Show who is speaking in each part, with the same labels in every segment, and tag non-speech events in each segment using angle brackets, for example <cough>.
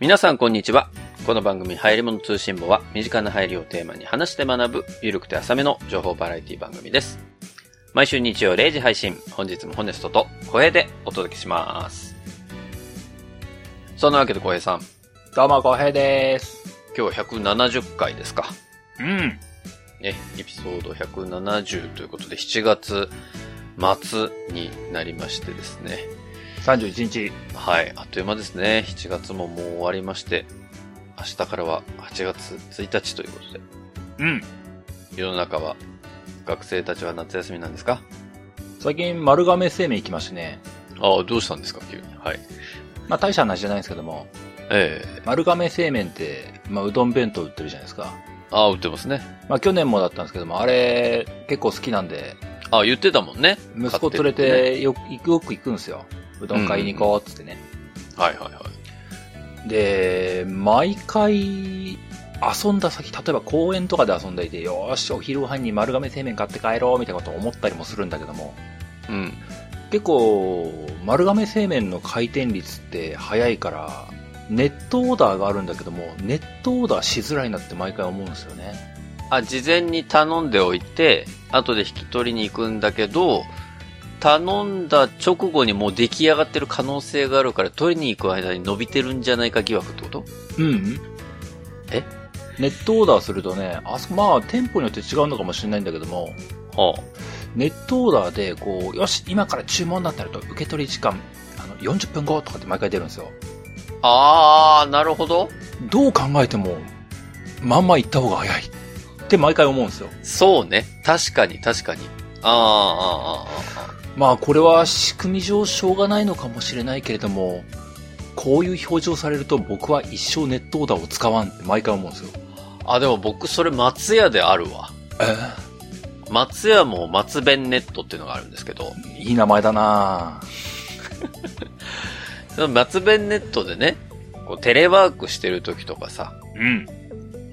Speaker 1: 皆さんこんにちは。この番組、入り物通信簿は、身近な入りをテーマに話して学ぶ、ゆるくて浅めの情報バラエティ番組です。毎週日曜0時配信、本日もホネストと小平でお届けします。そんなわけで小平さん、
Speaker 2: どうも、こうへいです。
Speaker 1: 今日170回ですか。
Speaker 2: うん。
Speaker 1: ね、エピソード170ということで、7月末になりましてですね。
Speaker 2: 31日。
Speaker 1: はい、あっという間ですね。7月ももう終わりまして、明日からは8月1日ということで、
Speaker 2: うん。
Speaker 1: 世の中は、学生たちは夏休みなんですか
Speaker 2: 最近、丸亀製麺行きましてね。
Speaker 1: ああ、どうしたんですか急に。はい。
Speaker 2: まあ、大した話じゃないんですけども、
Speaker 1: ええ
Speaker 2: 丸亀製麺って、まあ、うどん弁当売ってるじゃないですか。
Speaker 1: ああ、売ってますね。
Speaker 2: まあ、去年もだったんですけども、あれ、結構好きなんで、
Speaker 1: ああ、言ってたもんね。
Speaker 2: 息子連れ
Speaker 1: 買って
Speaker 2: てよ、行くよく行くんですよ。うどん買いに行こうっつってね。
Speaker 1: はいはいはい。
Speaker 2: で、毎回、遊んだ先、例えば公園とかで遊んでいて、よーし、お昼ご飯に丸亀製麺買って帰ろうみたいなこと思ったりもするんだけども、
Speaker 1: うん。
Speaker 2: 結構丸亀製麺の回転率って早いからネットオーダーがあるんだけどもネットオーダーしづらいなって毎回思うんですよね
Speaker 1: あ、事前に頼んでおいて、後で引き取りに行くんだけど、頼んだ直後にもう出来上がってる可能性があるから、取りに行く間に伸びてるんじゃないか疑惑ってこと
Speaker 2: うん
Speaker 1: え
Speaker 2: ネットオーダーするとねあそこまあ店舗によって違うのかもしれないんだけども
Speaker 1: はあ。
Speaker 2: ネットオーダーでこうよし今から注文になったらと受け取り時間あの40分後とかって毎回出るんですよ
Speaker 1: あー、なるほど。
Speaker 2: どう考えてもまんま行った方が早いって毎回思うんですよ
Speaker 1: そうね。確かに、確かに。あー、あー、あーあー
Speaker 2: まあこれは仕組み上しょうがないのかもしれないけれども、こういう表情されると僕は一生ネットオーダーを使わんって毎回思うんですよ。
Speaker 1: あー。あ、でも僕、それ松屋であるわ。
Speaker 2: え
Speaker 1: 松屋も松弁ネットっていうのがあるんですけど、
Speaker 2: いい名前だなぁ
Speaker 1: その松弁ネットでね、こうテレワークしてる時とかさ、
Speaker 2: うん。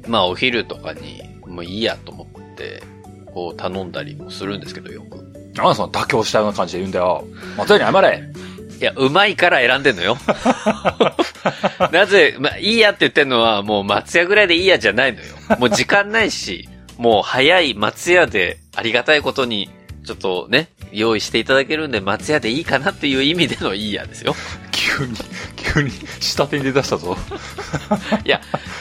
Speaker 1: まあお昼とかに、もういいやと思って、こう頼んだりもするんですけど、よく。
Speaker 2: なんでその妥協したような感じで言うんだよ。松屋に謝れ
Speaker 1: いや、うまいから選んでんのよ。なぜ、まあいいやって言ってんのは、もう松屋ぐらいでいいやじゃないのよ。もう時間ないし、もう早い松屋でありがたいことに、ちょっとね、用意していただけるんで、松屋でいいかなっていう意味でのいいやですよ。
Speaker 2: 急に、急に、下手に出だしたぞ。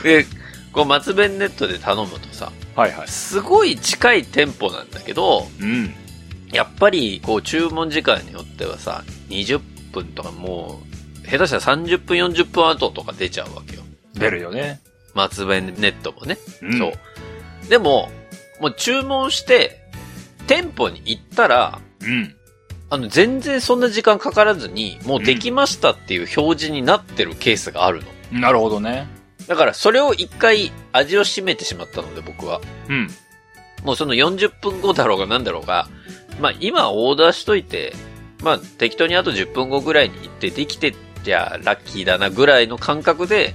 Speaker 1: で、こう、松弁ネットで頼むとさ、
Speaker 2: はいはい。
Speaker 1: すごい近い店舗なんだけど、
Speaker 2: うん。
Speaker 1: やっぱり、こう、注文時間によってはさ、20分とかもう、下手したら30分、40分後とか出ちゃうわけよ。
Speaker 2: 出るよね。
Speaker 1: 松弁ネットもね。
Speaker 2: うん
Speaker 1: そう。。でも、もう注文して、店舗に行ったら、
Speaker 2: うん。
Speaker 1: あの、全然そんな時間かからずに、もうできましたっていう表示になってるケースがあるの。
Speaker 2: なるほどね。
Speaker 1: だから、それを一回味を占めてしまったので、僕は。
Speaker 2: うん。
Speaker 1: もうその40分後だろうが何だろうが、まあ今オーダーしといて、まあ適当にあと10分後ぐらいに行ってできてじゃあラッキーだなぐらいの感覚で、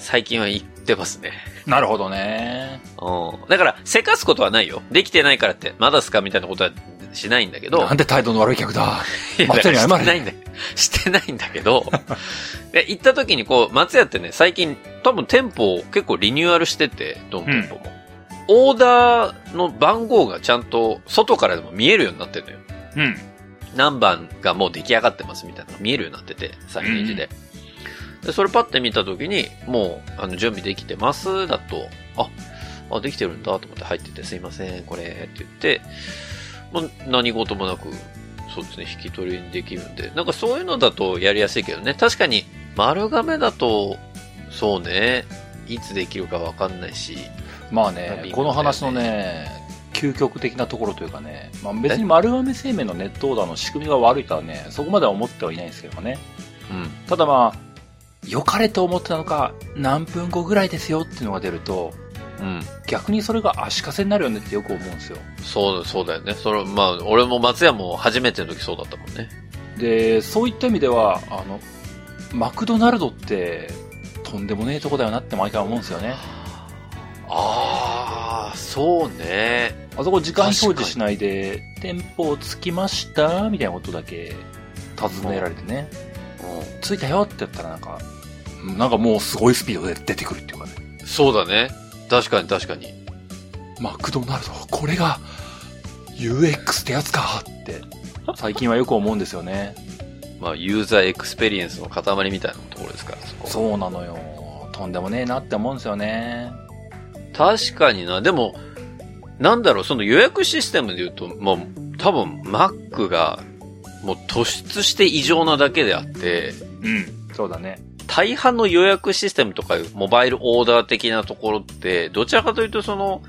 Speaker 1: 最近は行ってますね。
Speaker 2: なるほどね。
Speaker 1: うん。だから、せかすことはないよ。できてないからって、まだすかみたいなことはしないんだけど。
Speaker 2: なんて態度の悪い客だ。
Speaker 1: いや
Speaker 2: 松屋に謝れ
Speaker 1: してないんだしてないんだけど。 <laughs> で行った時にこう、松屋ってね、最近多分店舗を結構リニューアルしてて、どの店舗も。オーダーの番号がちゃんと外からでも見えるようになってるのよ。
Speaker 2: うん。
Speaker 1: 何番がもう出来上がってますみたいなのが見えるようになってて、サイネージで。で、それパッて見た時に、もう、あの、準備できてます、だと、あ、あ、できてるんだと思って入ってて、すいません、これ、って言って、もう何事もなく、そうですね、引き取りにできるんで、なんかそういうのだとやりやすいけどね、確かに、丸亀だと、そうね、いつできるかわかんないし、
Speaker 2: ま
Speaker 1: まあ
Speaker 2: あ
Speaker 1: 微妙だよ
Speaker 2: ね
Speaker 1: ね、
Speaker 2: この話のね、究極的なところというかね、まあ、別に丸亀製麺のネットオーダーの仕組みが悪いとはね、そこまでは思ってはいないんですけどね。
Speaker 1: うん。
Speaker 2: ただまあ、良かれと思ってたのか、何分後ぐらいですよっていうのが出ると、
Speaker 1: うん。
Speaker 2: 逆にそれが足かせになるよねってよく思うんですよ。
Speaker 1: そう、そうだよね。それ、まあ、俺も松屋も初めての時そうだったもんね。
Speaker 2: で、そういった意味では、あの、マクドナルドって、とんでもねえとこだよなって毎回思うんですよね。
Speaker 1: ああ、そうね。
Speaker 2: あそこ時間表示しないで、店舗着きましたみたいなことだけ尋ねられてね。
Speaker 1: う
Speaker 2: 着いたよって言ったらなんか、なんかもうすごいスピードで出てくるっていうかね。
Speaker 1: そうだね。確かに確かに。
Speaker 2: マクドナルド、これが UX ってやつかって、最近はよく思うんですよね。
Speaker 1: まあ、ユーザーエクスペリエンスの塊みたいなところですから、そこ。
Speaker 2: そうなのよ。とんでもねえなって思うんですよね。
Speaker 1: 確かにな。でも、なんだろう、その予約システムで言うと、もう、多分、Mac が、もう突出して異常なだけであって、
Speaker 2: うん。そうだね。
Speaker 1: 大半の予約システムとか、モバイルオーダー的なところって、どちらかというと、その、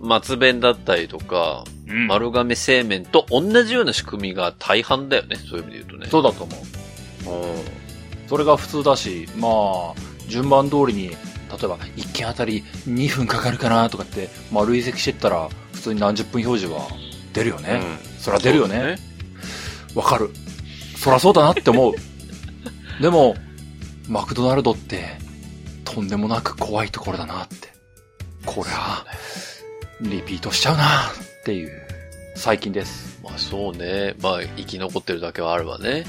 Speaker 1: 松弁だったりとか、
Speaker 2: うん
Speaker 1: 丸亀製麺と同じような仕組みが大半だよね。そういう意味で言うとね。
Speaker 2: そうだと思う。
Speaker 1: うん
Speaker 2: それが普通だし、まあ、順番通りに、例えば1件あたり2分かかるかなとかって、まあ、累積してったら、普通に何十分表示は出るよね。そりゃ出るよね。わ、かる。そりゃそうだなって思う。
Speaker 1: <laughs>
Speaker 2: でも、マクドナルドって、とんでもなく怖いところだなって。こりゃ、リピートしちゃうなっていう、最近です。
Speaker 1: まあそうね。まあ生き残ってるだけはあるわね。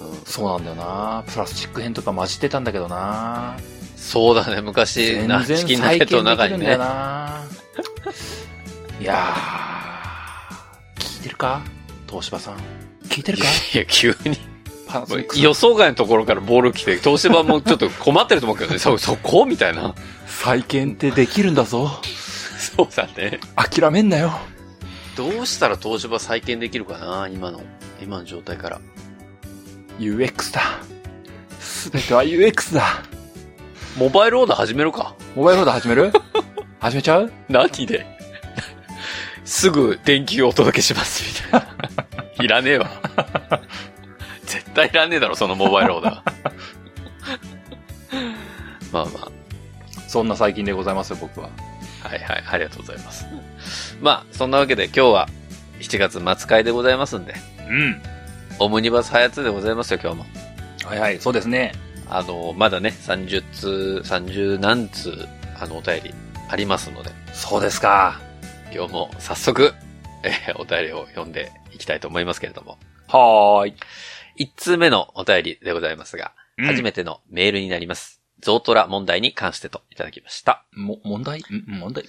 Speaker 1: うん、
Speaker 2: そうなんだよなプラスチック片とか混じってたんだけどな
Speaker 1: そうだね。昔、
Speaker 2: 全
Speaker 1: な
Speaker 2: 然
Speaker 1: チキンナ
Speaker 2: 再
Speaker 1: ゲッ
Speaker 2: 建
Speaker 1: ト
Speaker 2: で
Speaker 1: の中
Speaker 2: きる
Speaker 1: に
Speaker 2: んだよ
Speaker 1: ね。
Speaker 2: な。いやー、聞いてるか東芝さん。聞いてるか
Speaker 1: いや、急に。
Speaker 2: パナソニックさん
Speaker 1: 予想外のところからボール来て、東芝もちょっと困ってると思うけどね。そ、そこみたいな。 <laughs>
Speaker 2: 再建ってできるんだぞ。
Speaker 1: そうだね。
Speaker 2: 諦めんなよ。
Speaker 1: どうしたら東芝再建できるかな今の、今の状態から。
Speaker 2: UX だ。すべては UX だ。
Speaker 1: モバイルオーダー始めるか
Speaker 2: モバイルオーダー始め <laughs> る始めちゃう
Speaker 1: 何ですぐ電球をお届けします、みたいな。いらねえわ。絶対いらねえだろ、そのモバイルオーダー。まあま
Speaker 2: そんな最近でございますよ、僕は。
Speaker 1: あ、はいはい、ありがとうございます。まあ、そんなわけで今日は7月末会でございますんで、
Speaker 2: うん。
Speaker 1: オムニバスハヤツでございますよ、今日も。
Speaker 2: はいはい、そうですね。
Speaker 1: あの、まだね、30通、30何通、あの、お便りありますので、
Speaker 2: そうですか。
Speaker 1: 今日も早速、えーお便りを読んでいきたいと思いますけれども。
Speaker 2: はーい。
Speaker 1: 一通目のお便りでございますが、初めてのメールになります。ゾウトラ問題に関してといただきました。
Speaker 2: も、問題ん問題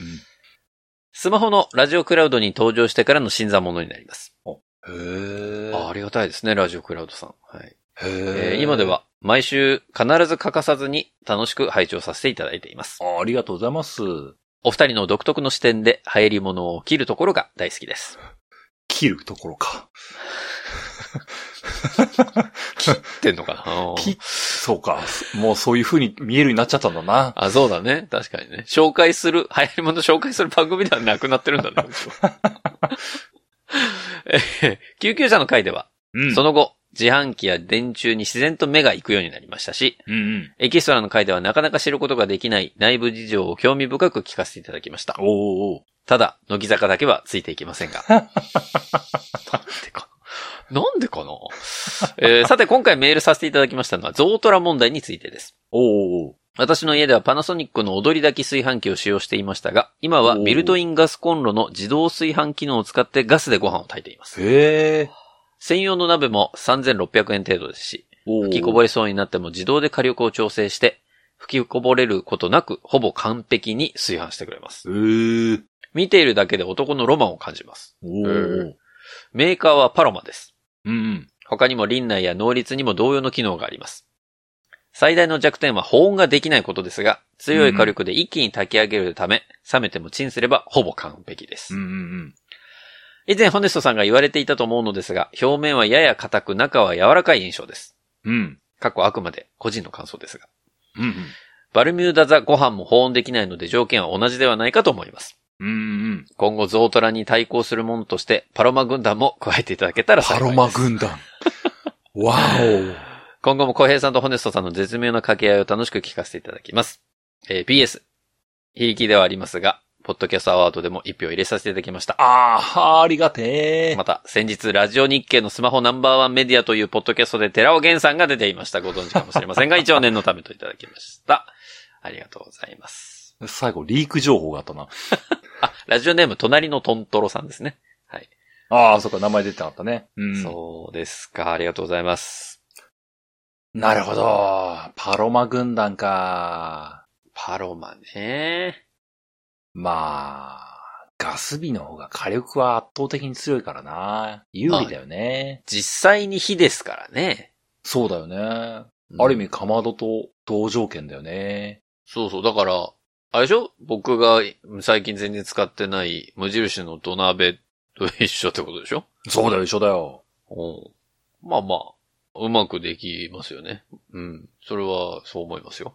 Speaker 1: スマホのラジオクラウドに登場してからの新参者になります。
Speaker 2: うん。へ
Speaker 1: ああ
Speaker 2: ー。
Speaker 1: りがたいですね、ラジオクラウドさん。はいえ
Speaker 2: へ
Speaker 1: ー今で。は毎週必ず欠かさずに楽しく拝聴させていただいています。
Speaker 2: あありがとうございます。
Speaker 1: お二人の独特の視点で流行り物を切るところが大好きです。
Speaker 2: 切るところか。
Speaker 1: <laughs> ってんのか <laughs> な
Speaker 2: きそうか。もうそういう風に見えるようになっちゃったんだな。
Speaker 1: あ、そうだね。確かにね。紹介する、流行り物紹介する番組ではなくなってるんだ
Speaker 2: <laughs>
Speaker 1: ね。え救急車の回では、
Speaker 2: うん
Speaker 1: その後、自販機や電柱に自然と目が行くようになりましたし、
Speaker 2: うんうん。
Speaker 1: エキストラの回ではなかなか知ることができない内部事情を興味深く聞かせていただきました。
Speaker 2: おーお
Speaker 1: ただ、乃木坂だけはついていきませ
Speaker 2: <laughs>
Speaker 1: んが。なんでかななんでかな、えーさて、今回メールさせていただきましたのは、ゾウトラ問題についてです。
Speaker 2: おお
Speaker 1: 私の家ではパナソニックの踊り炊き炊飯器を使用していましたが、今はビルトインガスコンロの自動炊飯機能を使ってガスでご飯を炊いています。
Speaker 2: へえ。
Speaker 1: 専用の鍋も3600円程度ですし、
Speaker 2: お
Speaker 1: 吹きこぼれそうになっても自動で火力を調整して、吹きこぼれることなく、ほぼ完璧に炊飯してくれます。
Speaker 2: れ。へえ。
Speaker 1: 見ているだけで男のロマンを感じます。
Speaker 2: おお
Speaker 1: へメーカーはパロマです。
Speaker 2: うんうん。
Speaker 1: 他にも林内や能率にも同様の機能があります。最大の弱点は保温ができないことですが、強い火力で一気に炊き上げるため、冷めてもチンすればほぼ完璧です。
Speaker 2: うんうん
Speaker 1: 以前ホネストさんが言われていたと思うのですが、表面はやや硬く中は柔らかい印象です。
Speaker 2: うん。うん。
Speaker 1: 過去あくまで個人の感想ですが。
Speaker 2: うんうん。
Speaker 1: バルミューダザご飯も保温できないので条件は同じではないかと思います。
Speaker 2: うんうん。
Speaker 1: 今後ゾウトラに対抗するものとして、パロマ軍団も加えていただけたら幸
Speaker 2: パ
Speaker 1: いです。
Speaker 2: ロマ軍団。わお。
Speaker 1: 今後も浩平さんとホネストさんの絶妙な掛け合いを楽しく聞かせていただきます。えー、PS。非力ではありますが、ポッドキャストアワードでも一票入れさせていただきました。
Speaker 2: ああ、ありがてえ。
Speaker 1: また、先日、ラジオ日経のスマホナンバーワンメディアというポッドキャストで寺尾源さんが出ていました。ご存知かもしれませんが、一応念のためといただきま
Speaker 2: <laughs>
Speaker 1: した。ありがとうございます。
Speaker 2: 最後、リーク情報があったな。
Speaker 1: あ、ラジオネーム、隣のトントロさんですね。
Speaker 2: ああ、そっか、名前出てなかったね。う
Speaker 1: そうですか。ありがとうございます。
Speaker 2: なるほど。パロマ軍団か。
Speaker 1: パロマね。
Speaker 2: まあ、ガス火の方が火力は圧倒的に強いからな。有利だよね。
Speaker 1: 実際に火ですからね。
Speaker 2: そうだよね。ある意味、かまどと同条件だよね。
Speaker 1: そうそう。だから、あれでしょ僕が最近全然使ってない無印の土鍋と一緒ってことでしょ
Speaker 2: そうだよ、一緒だよ。
Speaker 1: うん。まあまあ、うまくできますよね。うん。それはそう思いますよ。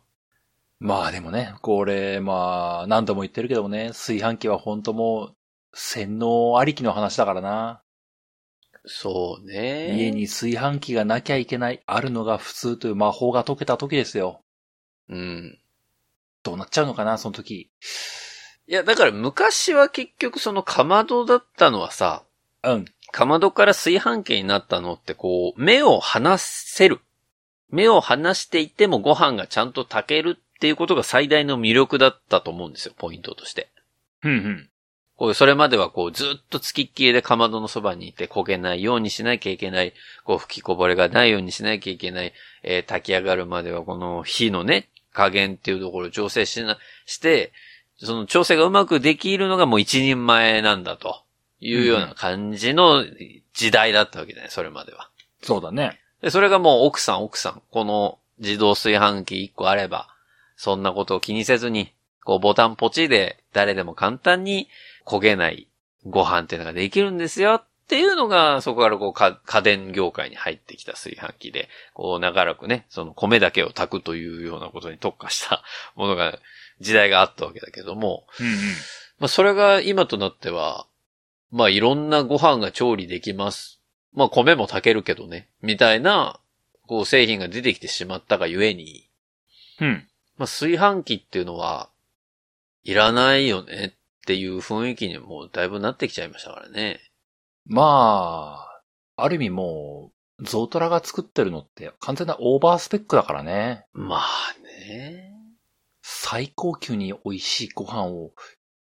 Speaker 2: まあでもね、これ、まあ、何度も言ってるけどもね、炊飯器は本当もう、洗脳ありきの話だからな。
Speaker 1: そうね。
Speaker 2: 家に。炊飯器がなきゃいけない、あるのが普通という魔法が解けた時ですよ。
Speaker 1: うん。
Speaker 2: どうなっちゃうのかな、その時。
Speaker 1: いや、だから昔は結局そのかまどだったのはさ、
Speaker 2: うん。
Speaker 1: かまどから炊飯器になったのってこう、目を離せる。目を離していてもご飯がちゃんと炊けるっていうことが最大の魅力だったと思うんですよ、ポイントとして。
Speaker 2: うんうん。
Speaker 1: こう、それまではこう、ずっと付きっきりでかまどのそばにいて焦げないようにしなきゃいけない。こう、吹きこぼれがないようにしなきゃいけない。えー炊き上がるまではこの火のね、加減っていうところを調整しな、して、その調整がうまくできるのがもう一人前なんだというような感じの時代だったわけだね、それまでは。
Speaker 2: そうだね。
Speaker 1: で、それがもう奥さん奥さん、この自動炊飯器1個あれば、そんなことを気にせずに、こうボタンポチで誰でも簡単に焦げないご飯っていうのができるんですよっていうのが、そこからこうか家電業界に入ってきた炊飯器で、こう長らくね、その米だけを炊くというようなことに特化したものが、時代があったわけだけども、
Speaker 2: うんうん。
Speaker 1: まあ、それが今となっては、まあ、いろんなご飯が調理できます。まあ、米も炊けるけどね。みたいな、こう、製品が出てきてしまったがゆえに、
Speaker 2: うん。
Speaker 1: まあ、炊飯器っていうのは、いらないよねっていう雰囲気にもうだいぶなってきちゃいましたからね。
Speaker 2: まあ、ある意味もう、ゾウトラが作ってるのって完全なオーバースペックだからね。
Speaker 1: まあね。
Speaker 2: 最高級に美味しいご飯を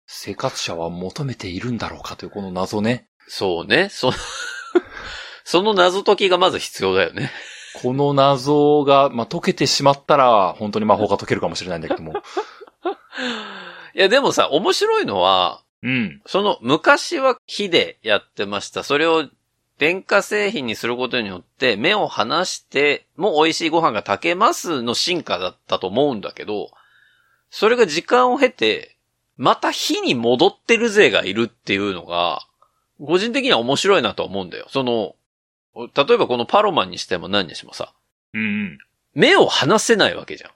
Speaker 2: 生活者は求めているんだろうかというこの謎ね。
Speaker 1: そうね。そ、 <laughs> その謎解きがまず必要だよね。
Speaker 2: この謎が、まあ、解けてしまったら本当に魔法が解けるかもしれないんだけども。
Speaker 1: いや、でもさ、面白いのは、
Speaker 2: うん。
Speaker 1: その昔は火でやってました。それを電化製品にすることによって目を離しても美味しいご飯が炊けますの進化だったと思うんだけど、それが時間を経て、また火に戻ってる勢がいるっていうのが、個人的には面白いなとは思うんだよ。その、例えばこのパロマンにしても何にしてもさ、
Speaker 2: うん。
Speaker 1: 目を離せないわけじゃん。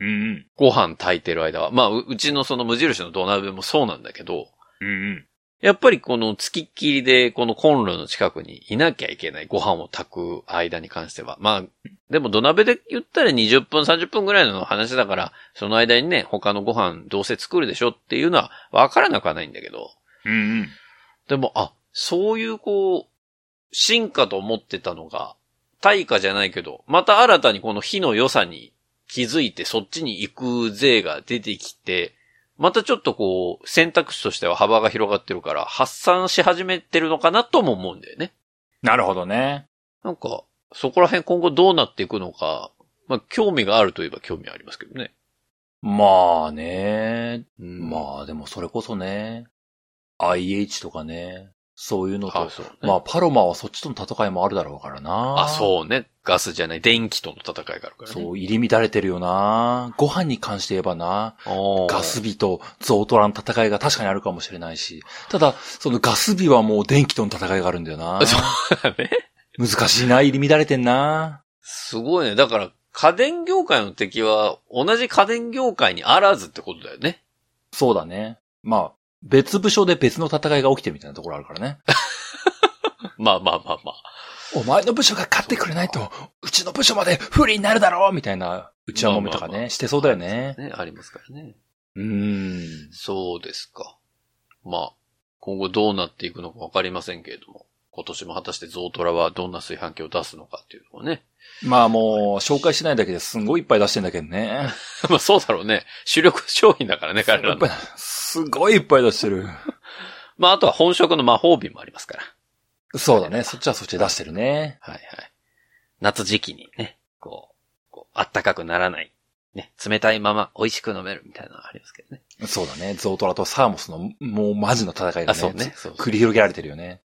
Speaker 2: うん。うん。
Speaker 1: ご飯炊いてる間は。まあ、ううちのその無印の土鍋もそうなんだけど、
Speaker 2: うん。
Speaker 1: やっぱりこの付きっきりでこのコンロの近くにいなきゃいけないご飯を炊く間に関しては。まあ、でも土鍋で言ったら20分30分ぐらいの話だから、その間にね、他のご飯どうせ作るでしょっていうのはわからなくはないんだけど。
Speaker 2: うん。
Speaker 1: でも、あ、そういうこう、進化と思ってたのが、対価じゃないけど、また新たにこの火の良さに気づいてそっちに行く税が出てきて、またちょっとこう、選択肢としては幅が広がってるから、発散し始めてるのかなとも思うんだよね。
Speaker 2: なるほどね。
Speaker 1: なんか、そこら辺今後どうなっていくのか、まあ、興味があるといえば興味ありますけどね。
Speaker 2: まあね。
Speaker 1: うん
Speaker 2: まあでもそれこそね、IH とかね、そういうのと
Speaker 1: あ、そうね、
Speaker 2: まあ、パロマはそっちとの戦いもあるだろうからな。
Speaker 1: あ、そうね。ガスじゃない、電気との戦いがあるからね。
Speaker 2: そう、入り乱れてるよな。ご飯に関して言えばな、
Speaker 1: おー
Speaker 2: ガス火とゾウトラの戦いが確かにあるかもしれないし、ただ、そのガス火はもう電気との戦いがあるんだよな。
Speaker 1: <laughs> そうだね。
Speaker 2: 難しいな、入り乱れてんな。
Speaker 1: すごいね。だから、家電業界の敵は、同じ家電業界にあらずってことだよ
Speaker 2: <laughs>
Speaker 1: ね。
Speaker 2: そうだね。まあ、別部署で別の戦いが起きてるみたいなところあるか
Speaker 1: <laughs>
Speaker 2: らね。
Speaker 1: まあまあまあまあ。
Speaker 2: お前の部署が勝ってくれないと、うちの部署まで不利になるだろうみたいな、うちはもめとか
Speaker 1: ま
Speaker 2: ね、
Speaker 1: あまあまあ
Speaker 2: してそうだよね。
Speaker 1: ね、ありますからね。
Speaker 2: うーん。
Speaker 1: そうですか。まあ、今後どうなっていくのかわかりませんけれども、今年も果たしてゾウトラはどんな炊飯器を出すのかっていうのをね。 <laughs>
Speaker 2: まあもう、紹介しないだけですんごいいっぱい出してんだけど
Speaker 1: <laughs>
Speaker 2: ね。
Speaker 1: まあそうだろうね。主力商品だからね、彼
Speaker 2: や
Speaker 1: ら
Speaker 2: っぱ
Speaker 1: の。
Speaker 2: りすごいいっぱい出してる。
Speaker 1: まああとは本職の魔法瓶もありますから。
Speaker 2: そうだね。そっちはそっちで出してるね。
Speaker 1: はいはい。夏時期にね、こう、あったかくならない。ね、冷たいまま美味しく飲めるみたいなのがありますけどね。
Speaker 2: そうだね。ゾウトラとサーモスの、もうマジの戦いがね。
Speaker 1: あ、そうね。そうそう
Speaker 2: 繰り広げられてるよね。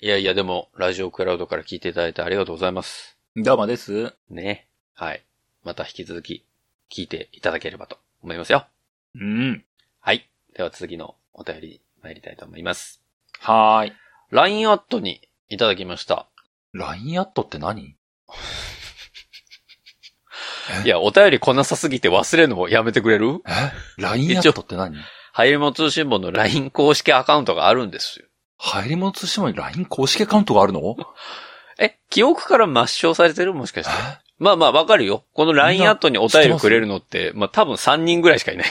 Speaker 1: いやいや、でも、ラジオクラウドから聞いていただいてありがとうございます。
Speaker 2: どうもです。
Speaker 1: ね。はい。また引き続き、聞いていただければと思いますよ。
Speaker 2: うん。
Speaker 1: はい。では次のお便りに参りたいと思います。
Speaker 2: はーい。
Speaker 1: LINE アットにいただきました。
Speaker 2: LINE アットって何
Speaker 1: いや、お便りこなさすぎて忘れるのもやめてくれる
Speaker 2: <laughs> え ?LINE アットって何
Speaker 1: 入り物通信簿の LINE 公式アカウントがあるんですよ。
Speaker 2: 入り物通信簿に LINE 公式アカウントがあるの
Speaker 1: え、記憶から抹消されてるもし
Speaker 2: <laughs>
Speaker 1: かして。
Speaker 2: え
Speaker 1: まあまあ、わかるよ。この LINE アットにお便りくれるのって、まあ多分3人ぐらいしかいない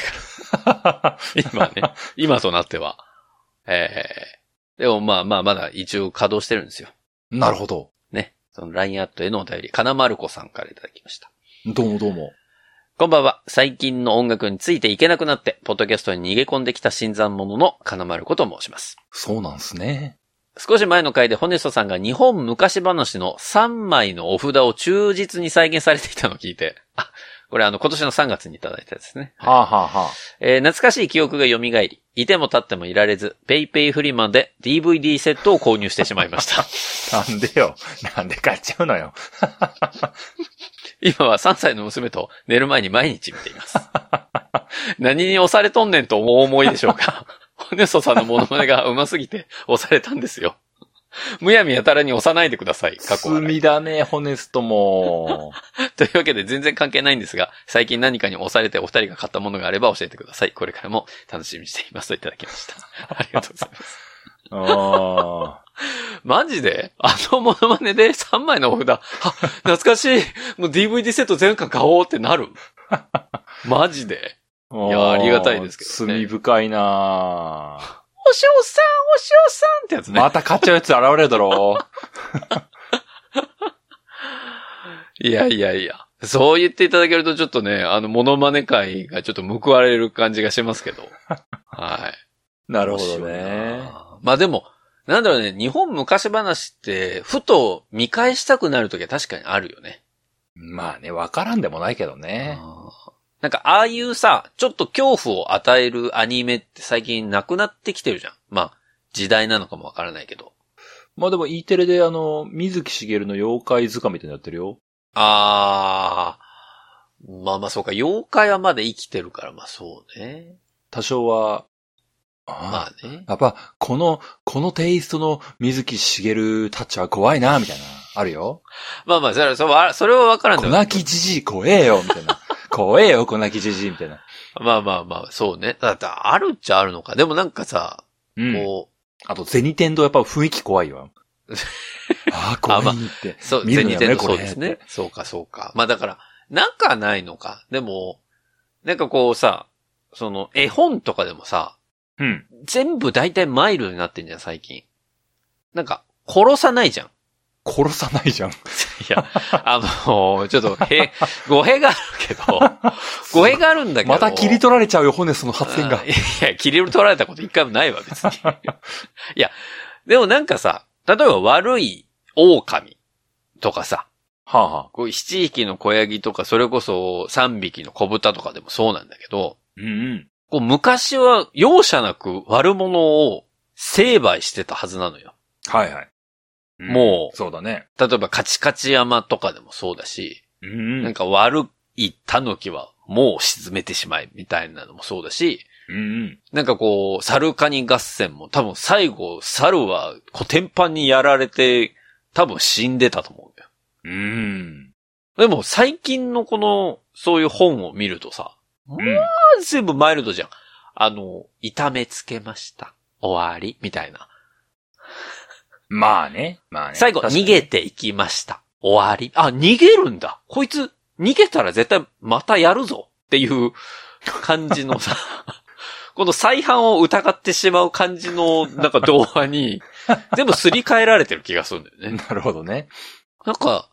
Speaker 1: から。 <laughs> 今ね。今となっては。ええでもまあまあ、まだ一応稼働してるんですよ。
Speaker 2: なるほど。
Speaker 1: ね。その LINE アットへのお便り、金丸子さんからいただきました。
Speaker 2: どうもどうも。
Speaker 1: こんばんは。最近の音楽についていけなくなって、ポッドキャストに逃げ込んできた新参者の金丸子と申します。
Speaker 2: そうなんすね。
Speaker 1: 少し前の回でホネストさんが日本昔話の3枚のお札を忠実に再現されていたのを聞いて、あ、これあの今年の3月にいただいたやつですね。
Speaker 2: はあ、はあはあ、
Speaker 1: えー懐かしい記憶が蘇り、いても立ってもいられず、ペイペイフリマで DVD セットを購入してしまいました。
Speaker 2: なんでよ。なんで買っちゃうのよ。
Speaker 1: 今は3歳の娘と寝る前に毎日見ています。 <laughs> 何に押されとんねんとお思いでしょうか。ホネストさんのモノマネが上手すぎて <laughs> 押されたんですよ。むやみやたらに押さないでください。過去
Speaker 2: 罪だね、ホネスト <laughs> も。
Speaker 1: というわけで全然関係ないんですが、最近何かに押されてお二人が買ったものがあれば教えてください。これからも楽しみにしていますといただきました。ありがとうございます。
Speaker 2: あ
Speaker 1: マジであのモノマネで3枚のお札、あ、懐かしい。もう DVD セット全巻買おうってなる。マジで
Speaker 2: ー
Speaker 1: いやありがたいですけどね
Speaker 2: 罪深いな
Speaker 1: おしおさん、おしおさんってやつ
Speaker 2: ぁ
Speaker 1: ね。
Speaker 2: また買っちゃうやつ現れるだろう。
Speaker 1: いやいやいや。そう言っていただけるとちょっとね、あの、モノマネ界がちょっと報われる感じがしますけど。はい。
Speaker 2: <laughs> な
Speaker 1: な
Speaker 2: るほどね。。
Speaker 1: まあでも、なんだろうね、日本昔話って、ふと見返したくなるときは確かにあるよね。
Speaker 2: まあね、わからんでもないけどね。
Speaker 1: なんか、ああいうさ、ちょっと恐怖を与えるアニメって最近なくなってきてるじゃん。まあ、時代なのかもわからないけど。
Speaker 2: まあでも E テレであの、水木しげるの妖怪図鑑みたいなのやってるよ。
Speaker 1: あー、まあまあそうか、妖怪はまだ生きてるから、まあそうね。
Speaker 2: 多少は、
Speaker 1: ま
Speaker 2: あ
Speaker 1: あね
Speaker 2: あ、。やっぱ、この、このテイストの水木しげるタッチは怖いな、みたいな、あるよ。
Speaker 1: まあまあ、それは、それはそれはわからん
Speaker 2: 小
Speaker 1: でもない
Speaker 2: 泣きじじい怖えよ、みたいな。 <laughs> 怖えよ、小泣きじじい、みたいな。
Speaker 1: まあまあまあ、そうね。だって、あるっちゃあるのか。でもなんかさ、
Speaker 2: うん。
Speaker 1: こ
Speaker 2: あと、銭天堂やっぱ雰囲気怖い <laughs> よ。ああ、怖い
Speaker 1: あまあ
Speaker 2: って。
Speaker 1: う、そう、
Speaker 2: 見るのやめ
Speaker 1: 銭天堂
Speaker 2: こ
Speaker 1: そ
Speaker 2: れ
Speaker 1: うですね。そうか、そうか。まあだから、なんかないのか。でも、なんかこうさ、その、絵本とかでもさ、
Speaker 2: うん。
Speaker 1: 全部大体マイルドになってんじゃん、最近。なんか、殺さないじゃん。い
Speaker 2: 殺さないじゃん。 <laughs>
Speaker 1: や、あのちょっと、へ、語弊があるけ
Speaker 2: <laughs>
Speaker 1: ど、語弊があるんだけど。
Speaker 2: また切り取られちゃうよ、ホネスの発言
Speaker 1: あ
Speaker 2: が
Speaker 1: ー。いや、切り取られたこと一回もないわ、別
Speaker 2: <laughs>
Speaker 1: に。いや、でもなんかさ、例えば悪い狼とかさ、
Speaker 2: はあ、はあ、
Speaker 1: こう7匹の小ヤギとか、それこそ3匹の小豚とかでもそうなんだけど、
Speaker 2: うんうん。
Speaker 1: こう昔は容赦なく悪者を成敗してたはずなのよ。
Speaker 2: はいはい。
Speaker 1: もう
Speaker 2: そうだね。
Speaker 1: 例えばカチカチ山とかでもそうだし、
Speaker 2: うん
Speaker 1: なんか悪い狸はもう沈めてしまえみたいなのもそうだし、
Speaker 2: うん。
Speaker 1: なんかこう、猿カニ合戦も多分最後、猿はコテンパンにやられて、多分死んでたと思うんだよ。
Speaker 2: うん。
Speaker 1: でも最近のこの、そういう本を見るとさ、
Speaker 2: うん。
Speaker 1: 全部マイルドじゃん。あの、痛めつけました。終わりみたいな。
Speaker 2: まあね。まあね。
Speaker 1: 最後、
Speaker 2: 確かに
Speaker 1: 逃げていきました。終わり。あ、逃げるんだ。こいつ、逃げたら絶対またやるぞっていう <laughs> 感じのさ、 <laughs> この再犯を疑ってしまう感じの、なんか動画
Speaker 2: <laughs>
Speaker 1: に、全部すり替えられてる気がするんだよね。
Speaker 2: <laughs> なるほどね。
Speaker 1: なんか、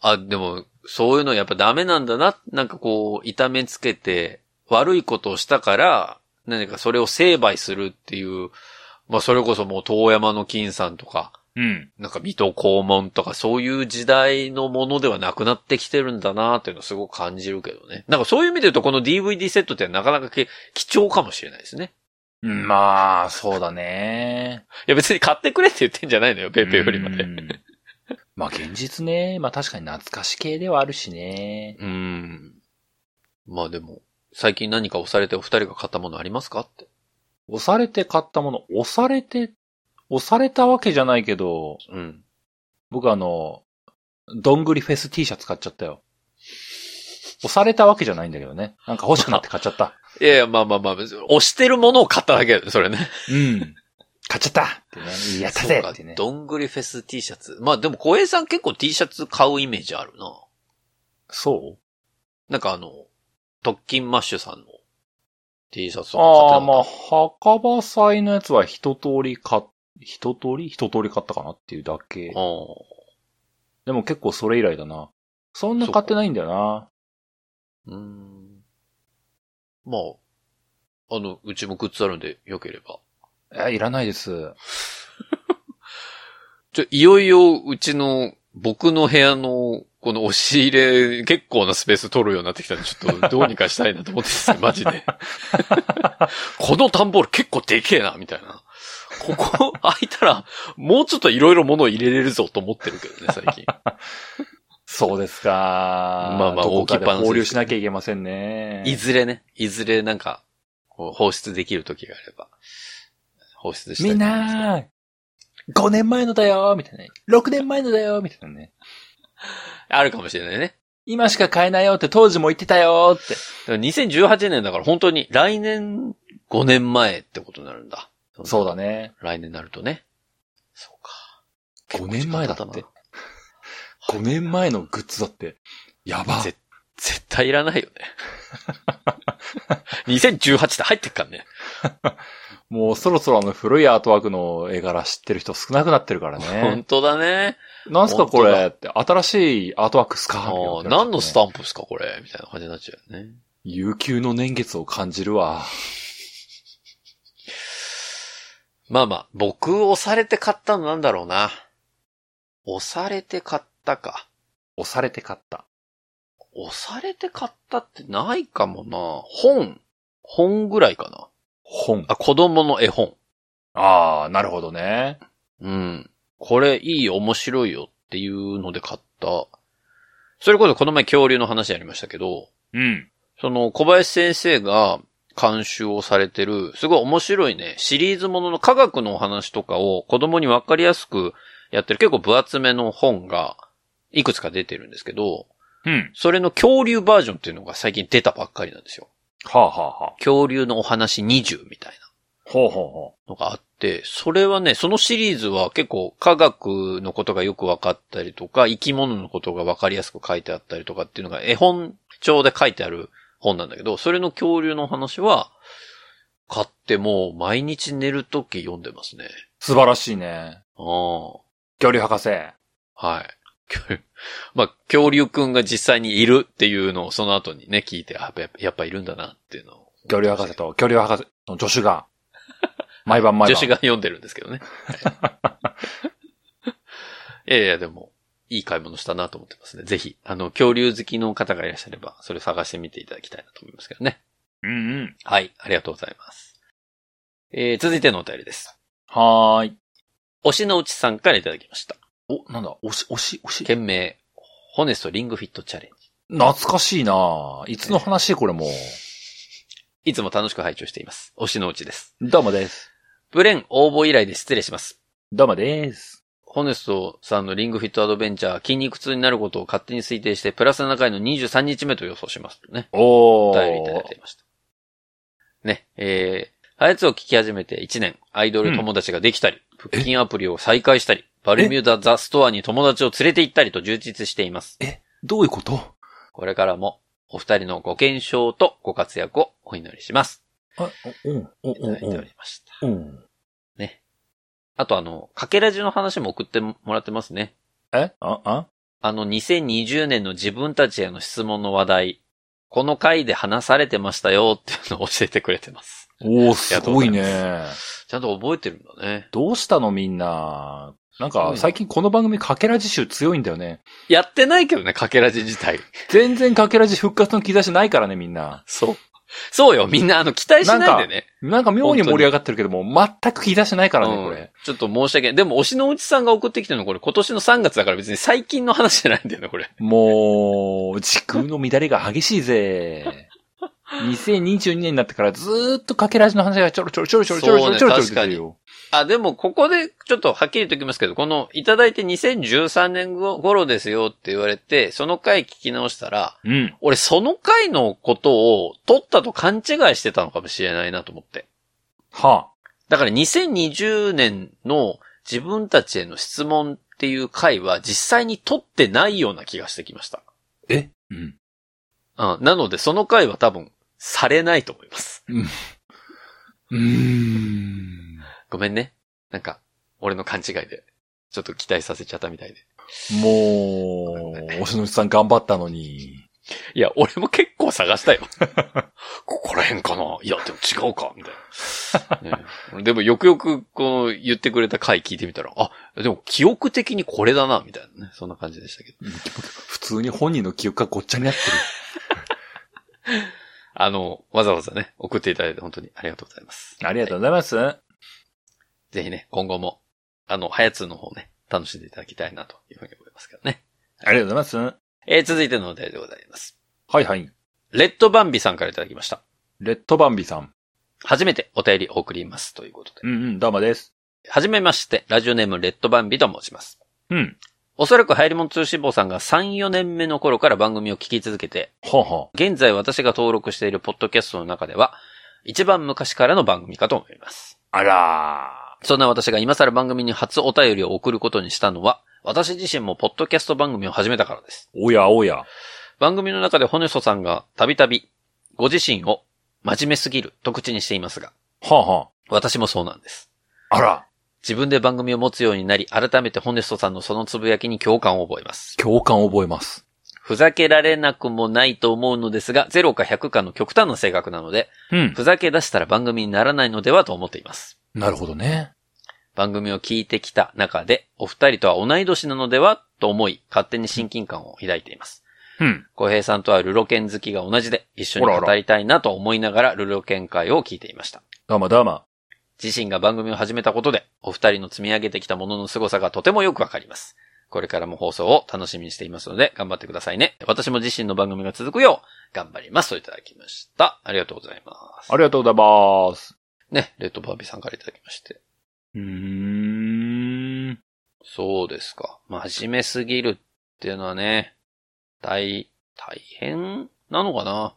Speaker 1: あ、でも、そういうのやっぱダメなんだな。なんかこう、痛めつけて、悪いことをしたから、何かそれを成敗するっていう、まあそれこそもう遠山の金さんとか、
Speaker 2: うん。
Speaker 1: なんか水戸黄門とかそういう時代のものではなくなってきてるんだなっていうのをすごく感じるけどね。なんかそういう意味で言うとこの DVD セットってなかなかけ貴重かもしれないですね。
Speaker 2: うんまあ、そうだね。
Speaker 1: いや別に買ってくれって言ってんじゃないのよ、ペイペイよりまで。
Speaker 2: うんまあ現実ね。まあ確かに懐かし系ではあるしね。
Speaker 1: うん。まあでも、最近何か押されてお二人が買ったものありますかって。
Speaker 2: 押されて買ったもの、押されて、押されたわけじゃないけど、
Speaker 1: うん。
Speaker 2: 僕あの、どんぐりフェス T シャツ買っちゃったよ。押されたわけじゃないんだけどね。なんか欲しくなって買っちゃった。
Speaker 1: いやいや、まあまあまあ、押してるものを買っただけだよね、それね。
Speaker 2: <laughs> うん。買っちゃったってね。やったぜってね。
Speaker 1: どんぐりフェス T シャツ。まあでも、小平さん結構 T シャツ買うイメージあるな。
Speaker 2: そう
Speaker 1: なんかあの、特勤マッシュさんの T シャツとか買ってなか
Speaker 2: ああ、
Speaker 1: った
Speaker 2: まあ、墓場祭のやつは一通り買っ、一通り一通り買ったかなっていうだけ。でも結構それ以来だな。そんな買ってないんだよな。
Speaker 1: うん。うん。まあ、あの、うちもグッズあるんで、よければ。
Speaker 2: え、いらないです。
Speaker 1: ちょ、いよいよ、うちの、僕の部屋の、この押し入れ、結構なスペース取るようになってきたんで、ちょっとどうにかしたいなと思ってですね、マジ <laughs> で。この段ボール結構でけえな、みたいな。ここ開いたら、もうちょっといろいろ物を入れれるぞと思ってるけどね、最近。
Speaker 2: そうですか。ま
Speaker 1: あまあ
Speaker 2: どこか
Speaker 1: 置き
Speaker 2: で
Speaker 1: っぱなしです
Speaker 2: 放流しなきゃいけませんね。
Speaker 1: <laughs> いずれね、いずれなんか、こう放出できる時があれば、放出したい
Speaker 2: み
Speaker 1: と
Speaker 2: ん
Speaker 1: 思います
Speaker 2: な5年前のだよみたいなね。6年前のだよみたいなね。
Speaker 1: あるかもしれないね。
Speaker 2: 今しか買えないよって当時も言ってたよって。
Speaker 1: だから2018年だから本当に来年5年前ってことになるんだ。
Speaker 2: そうだね。
Speaker 1: 来年になるとね。そうか。
Speaker 2: 5年前だっ
Speaker 1: 結構時
Speaker 2: て
Speaker 1: 間経。
Speaker 2: 5年前のグッズだって。やば。
Speaker 1: ぜ絶対いらないよね。2018って入ってっからね。
Speaker 2: もうそろそろあの古いアートワークの絵柄知ってる人少なくなって
Speaker 1: <laughs>
Speaker 2: るから
Speaker 1: 本
Speaker 2: ね。
Speaker 1: 当だね。
Speaker 2: なんすかこ
Speaker 1: 本当
Speaker 2: れって新しいアートワークっすか
Speaker 1: あ
Speaker 2: みたい
Speaker 1: ー
Speaker 2: な
Speaker 1: 何のスタンプですかこれみたいな感じになっちゃうよね。
Speaker 2: 悠久の年月を感じるわ。
Speaker 1: まあまあ、僕押されて買ったのなんだろうな。押されて買ったか。
Speaker 2: 押されて買った。
Speaker 1: 押されて買ったってないかもな。本。本ぐらいかな。
Speaker 2: 本。
Speaker 1: あ、子供の絵本。
Speaker 2: ああ、なるほどね。
Speaker 1: うん。これいいよ、面白いよっていうので買った。それこそこの前恐竜の話やりましたけど、
Speaker 2: うん。
Speaker 1: その小林先生が監修をされてる、すごい面白いね、シリーズものの科学のお話とかを子供にわかりやすくやってる結構分厚めの本がいくつか出てるんですけど、
Speaker 2: うん。
Speaker 1: それの恐竜バージョンっていうのが最近出たばっかりなんですよ。
Speaker 2: はあ、はあはあ、
Speaker 1: 恐竜のお話20みたいな。
Speaker 2: ほうほうほ
Speaker 1: のがあって、それはね、そのシリーズは結構科学のことがよく分かったりとか、生き物のことが分かりやすく書いてあったりとかっていうのが絵本帳で書いてある本なんだけど、それの恐竜のお話は、買ってもう毎日寝るとき読んでますね。
Speaker 2: う。素晴らしいね。
Speaker 1: ああ。
Speaker 2: 恐竜博士。
Speaker 1: はい。 <laughs> まあ、恐竜くんが実際にいるっていうのをその後にね、聞いて、あやっぱやっぱいるんだなっていうのを。
Speaker 2: 恐竜博士と恐竜博士の助手 <laughs> が、毎晩毎
Speaker 1: 女
Speaker 2: 晩。
Speaker 1: 子が読んでるんですけ
Speaker 2: <laughs>
Speaker 1: どね。はい、いやいや、でも、いい買い物したなと思ってますね。ぜひ、あの、恐竜好きの方がいらっしゃれば、それ探してみていただきたいなと思いますけどね。
Speaker 2: うんうん。
Speaker 1: はい、ありがとうございます。えー、続いてのお便りです。
Speaker 2: はーい。
Speaker 1: 推しのうちさんからいただきました。
Speaker 2: お、なんだ、押し、押し、押し。
Speaker 1: 件名、ホネストリングフィットチャレンジ。
Speaker 2: 懐かしいないつの話これも
Speaker 1: いつも楽しく拝聴しています。推しのうちです。
Speaker 2: う。どうもです。
Speaker 1: ブレン応募以来で失礼します。
Speaker 2: どうもです。
Speaker 1: ホネストさんのリングフィットアドベンチャー、筋肉痛になることを勝手に推定して、プラス7回の23日目と予想しますとね、
Speaker 2: お
Speaker 1: お
Speaker 2: ー。
Speaker 1: 便りいただいていました。ね、えー、あやつを聞き始めて1年、アイドル友達ができたり、腹筋アプリを再開したり、バルミューダザストアに友達を連れて行ったりと充実しています。
Speaker 2: どういうこと
Speaker 1: これからも、お二人のご健勝とご活躍をお祈りします。
Speaker 2: あ、うん、うん、
Speaker 1: いただいておりました。
Speaker 2: うん、うん。
Speaker 1: あとあの、かけらじの話も送ってもらってますね。
Speaker 2: えあ、あ
Speaker 1: あの、2020年の自分たちへの質問の話題、この回で話されてましたよっていうのを教えてくれてます。
Speaker 2: おー、すごい
Speaker 1: あり
Speaker 2: ね。
Speaker 1: ちゃんと覚えてるんだね。
Speaker 2: どうしたのみんな。なん
Speaker 1: う
Speaker 2: か
Speaker 1: ん
Speaker 2: 最近この番組かけらじ集強いんだよね。
Speaker 1: やってないけどね、かけらじ自体。
Speaker 2: 全然かけらじ復活の兆しないからね、みんな。
Speaker 1: そう。そうよ、みんな、あの、期待しないでね。
Speaker 2: なんか妙に盛り上がってるけども、全く兆しないからね、こ
Speaker 1: うん
Speaker 2: れ。
Speaker 1: ちょっと申し訳ない。でも、推しのうちさんが送ってきてるの、これ今年の3月だから別に最近の話じゃないんだよね、これ。
Speaker 2: もう、時空の乱れが激しいぜ。2022年になってからずーっとかけらじの話がちょろちょろちょろちょろちょろちょろちょろちょろ出てるよ。
Speaker 1: あ、でも、ここで、ちょっとはっきりときますけど、この、いただいて2013年頃ですよって言われて、その回聞き直したら、
Speaker 2: うん。
Speaker 1: 俺、その回のことを、取ったと勘違いしてたのかもしれないなと思って。
Speaker 2: は
Speaker 1: だから、2020年の自分たちへの質問っていう回は、実際に取ってないような気がしてきました。
Speaker 2: あ。えうん。
Speaker 1: うん。なので、その回は多分、されないと思います。
Speaker 2: うーん。
Speaker 1: ごめんね。なんか、俺の勘違いで、ちょっと期待させちゃったみたいで。
Speaker 2: もう、おしのりさん頑張ったのに。
Speaker 1: いや、俺も結構探したよ。ここら辺かないや、でも違うかみたいな。ね <laughs> でも、よくよく、この、言ってくれた回聞いてみたら、あ、でも、記憶的にこれだな、みたいなね。そんな感じでしたけど。
Speaker 2: 普通に本人の記憶がごっちゃになって
Speaker 1: あの、わざわざね、送っていただいて本当にありがとうございます。
Speaker 2: る。ありがとうございます。
Speaker 1: ぜひね、今後も、あの、ハヤツーの方ね、楽しんでいただきたいなというふうに思いますけどね。
Speaker 2: ありがとうございます。
Speaker 1: えー続いてのお題でございます。
Speaker 2: はいはい。
Speaker 1: レッドバンビさんからいただきました。
Speaker 2: レッドバンビさん。
Speaker 1: 初めてお便りを送りますということで。
Speaker 2: うんうん、どうもです。
Speaker 1: はじめまして、ラジオネームレッドバンビと申します。
Speaker 2: うん。
Speaker 1: おそらく流行り物通信簿さんが3、4年目の頃から番組を聞き続けて、
Speaker 2: ほうほ
Speaker 1: 現在私が登録しているポッドキャストの中では、一番昔からの番組かと思います。
Speaker 2: う。あら
Speaker 1: そんな私が今更番組に初お便りを送ることにしたのは、私自身もポッドキャスト番組を始めたからです。
Speaker 2: ー。おやおや。
Speaker 1: 番組の中でホネソさんがたびたび、ご自身を真面目すぎると口にしていますが、
Speaker 2: はあは
Speaker 1: 私もそうなんです。
Speaker 2: あ。あら。
Speaker 1: 自分で番組を持つようになり、改めてホネストさんのそのつぶやきに共感を覚えます。
Speaker 2: 共感を覚えます。
Speaker 1: ふざけられなくもないと思うのですが、0か100かの極端な性格なので、
Speaker 2: うん。
Speaker 1: ふざけ出したら番組にならないのではと思っています。
Speaker 2: なるほどね。
Speaker 1: 番組を聞いてきた中で、お二人とは同い年なのではと思い、勝手に親近感を抱いています。
Speaker 2: うん。
Speaker 1: 小平さんとはルロケン好きが同じで、一緒に
Speaker 2: あらあら
Speaker 1: 語りたいなと思いながらルロケン会を聞いていました。
Speaker 2: どうもどうも。
Speaker 1: 自身が番組を始めたことで、お二人の積み上げてきたものの凄さがとてもよくわかります。これからも放送を楽しみにしていますので、頑張ってくださいね。私も自身の番組が続くよう、頑張ります。といただきました。ありがとうございます。
Speaker 2: ありがとうございます。
Speaker 1: ね、レッドバービーさんからいただきまして。
Speaker 2: うーん。
Speaker 1: そうですか。真面目すぎるっていうのはね、大、大変なのかな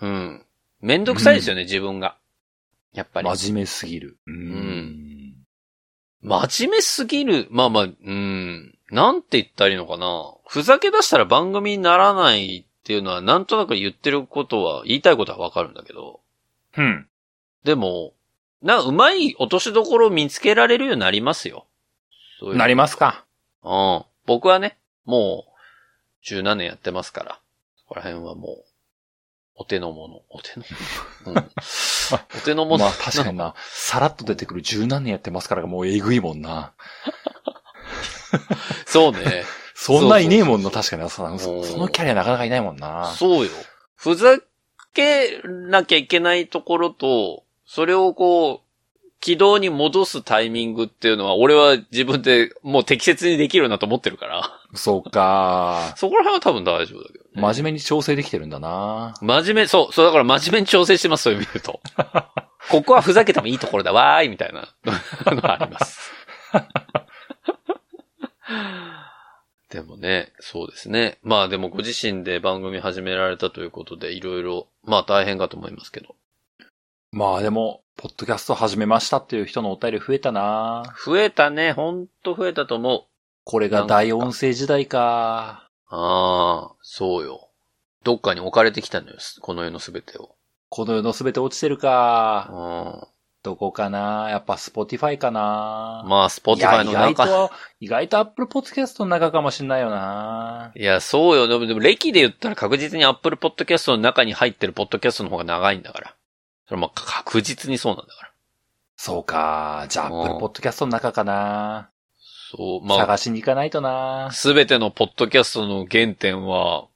Speaker 1: うん。めんどくさいですよね、自分が。やっぱり。
Speaker 2: 真面目すぎる。うー
Speaker 1: ん。真面目すぎる。まあまあ、うん。なんて言ったらいいのかな。ふざけ出したら番組にならないっていうのは、なんとなく言ってることは、言いたいことはわかるんだけど。
Speaker 2: うん。
Speaker 1: でも、な、うまい落としどころを見つけられるようになりますよ。そういう
Speaker 2: なりますか。
Speaker 1: うん。僕はね、もう、十何年やってますから、そこら辺はもう、お手の物、お手の物。うん、お手
Speaker 2: <laughs>
Speaker 1: の物。
Speaker 2: <laughs> まあ確かにな、さらっと出てくる十何年やってますからもうえぐいもんな。
Speaker 1: そうね。
Speaker 2: そんないねえもん
Speaker 1: そ
Speaker 2: な、
Speaker 1: うそう
Speaker 2: 確かにな。そ
Speaker 1: うん
Speaker 2: そのキャリアなかなかいないもんな。
Speaker 1: そうよ。ふざけなきゃいけないところと、それをこう、軌道に戻すタイミングっていうのは、俺は自分でもう適切にできるなと思ってるから、
Speaker 2: そうか。
Speaker 1: そこら辺は多分大丈夫だけど、ね。
Speaker 2: 真面目に調整できてるんだな。
Speaker 1: 真面目、そう、そう、だから真面目に調整してます、そういう意味で言うと。 <laughs> ここはふざけてもいいところだわーい、みたいなのがあります。 <laughs> でもね、そうですね。まあでもご自身で番組始められたということで、いろいろ、まあ大変かと思いますけど。
Speaker 2: まあでも、ポッドキャスト始めましたっていう人のお便り増えたな。
Speaker 1: 増えたね、ほんと増えたと思う。
Speaker 2: これが大音声時代か。
Speaker 1: ああ、そうよ。どっかに置かれてきたのよ、すこの世のすべてを。
Speaker 2: この世のすべて落ちてるか。
Speaker 1: う。
Speaker 2: どこかなやっぱスポティファイかなん
Speaker 1: まあ、スポ
Speaker 2: い
Speaker 1: ティファ
Speaker 2: や
Speaker 1: イ
Speaker 2: 意
Speaker 1: の
Speaker 2: 外
Speaker 1: 中。
Speaker 2: と、意外とアップルポッドキャストの中かもしんないよない
Speaker 1: や、そうよ。でも、でも、歴で言ったら確実に Apple Podcast の中に入ってるポッドキャストの方が長いんだから。それも確実にそうなんだから。
Speaker 2: そうか。じゃあ、ア
Speaker 1: うん
Speaker 2: ップルポッドキャストの中かな
Speaker 1: そう、まあ、
Speaker 2: 探しに行かないとな
Speaker 1: すべてのポッドキャストの原点は、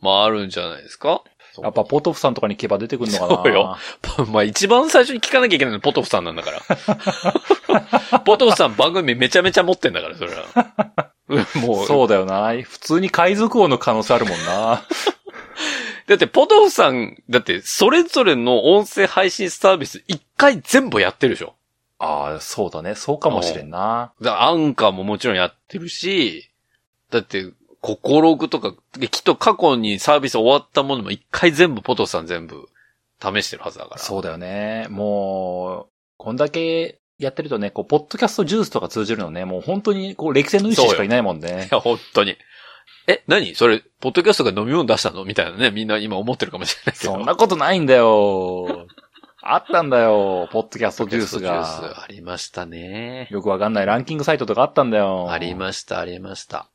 Speaker 1: まああるんじゃないですか <laughs>
Speaker 2: やっぱポトフさんとかに聞けば出てくるのかな
Speaker 1: そうよ。まあ一番最初に聞かなきゃいけないのはポトフさんなんだ
Speaker 2: <laughs>
Speaker 1: から。ポトフさん番組めちゃめちゃ持ってんだから、それは。もう、
Speaker 2: そうだよな普通に海賊王の可能性あるもんな
Speaker 1: だってポトフさん、だってそれぞれの音声配信サービス一回全部やってるでしょ
Speaker 2: ああ、そうだね。そうかもしれんな
Speaker 1: だからアンカーももちろんやってるし、だって、心ログとか、きっと過去にサービス終わったものも一回全部ポトフさん全部試してるはずだから。
Speaker 2: そうだよね。もう、こんだけやってるとね、こう、ポッドキャストジュースとか通じるのね、もう本当に、こう、歴戦の意思しかいないもんね
Speaker 1: <laughs> い。や、本当に。え、何それ、ポッドキャストが飲み物出したのみたいなね、みんな今思ってるかもしれないけど。
Speaker 2: そんなことないんだよ。あったんだよ、ポッドキャストジュース
Speaker 1: ポッドキャストジュー
Speaker 2: が。
Speaker 1: スありましたね。
Speaker 2: よくわかんないランキングサイトとかあったんだよ。
Speaker 1: ありました、ありました。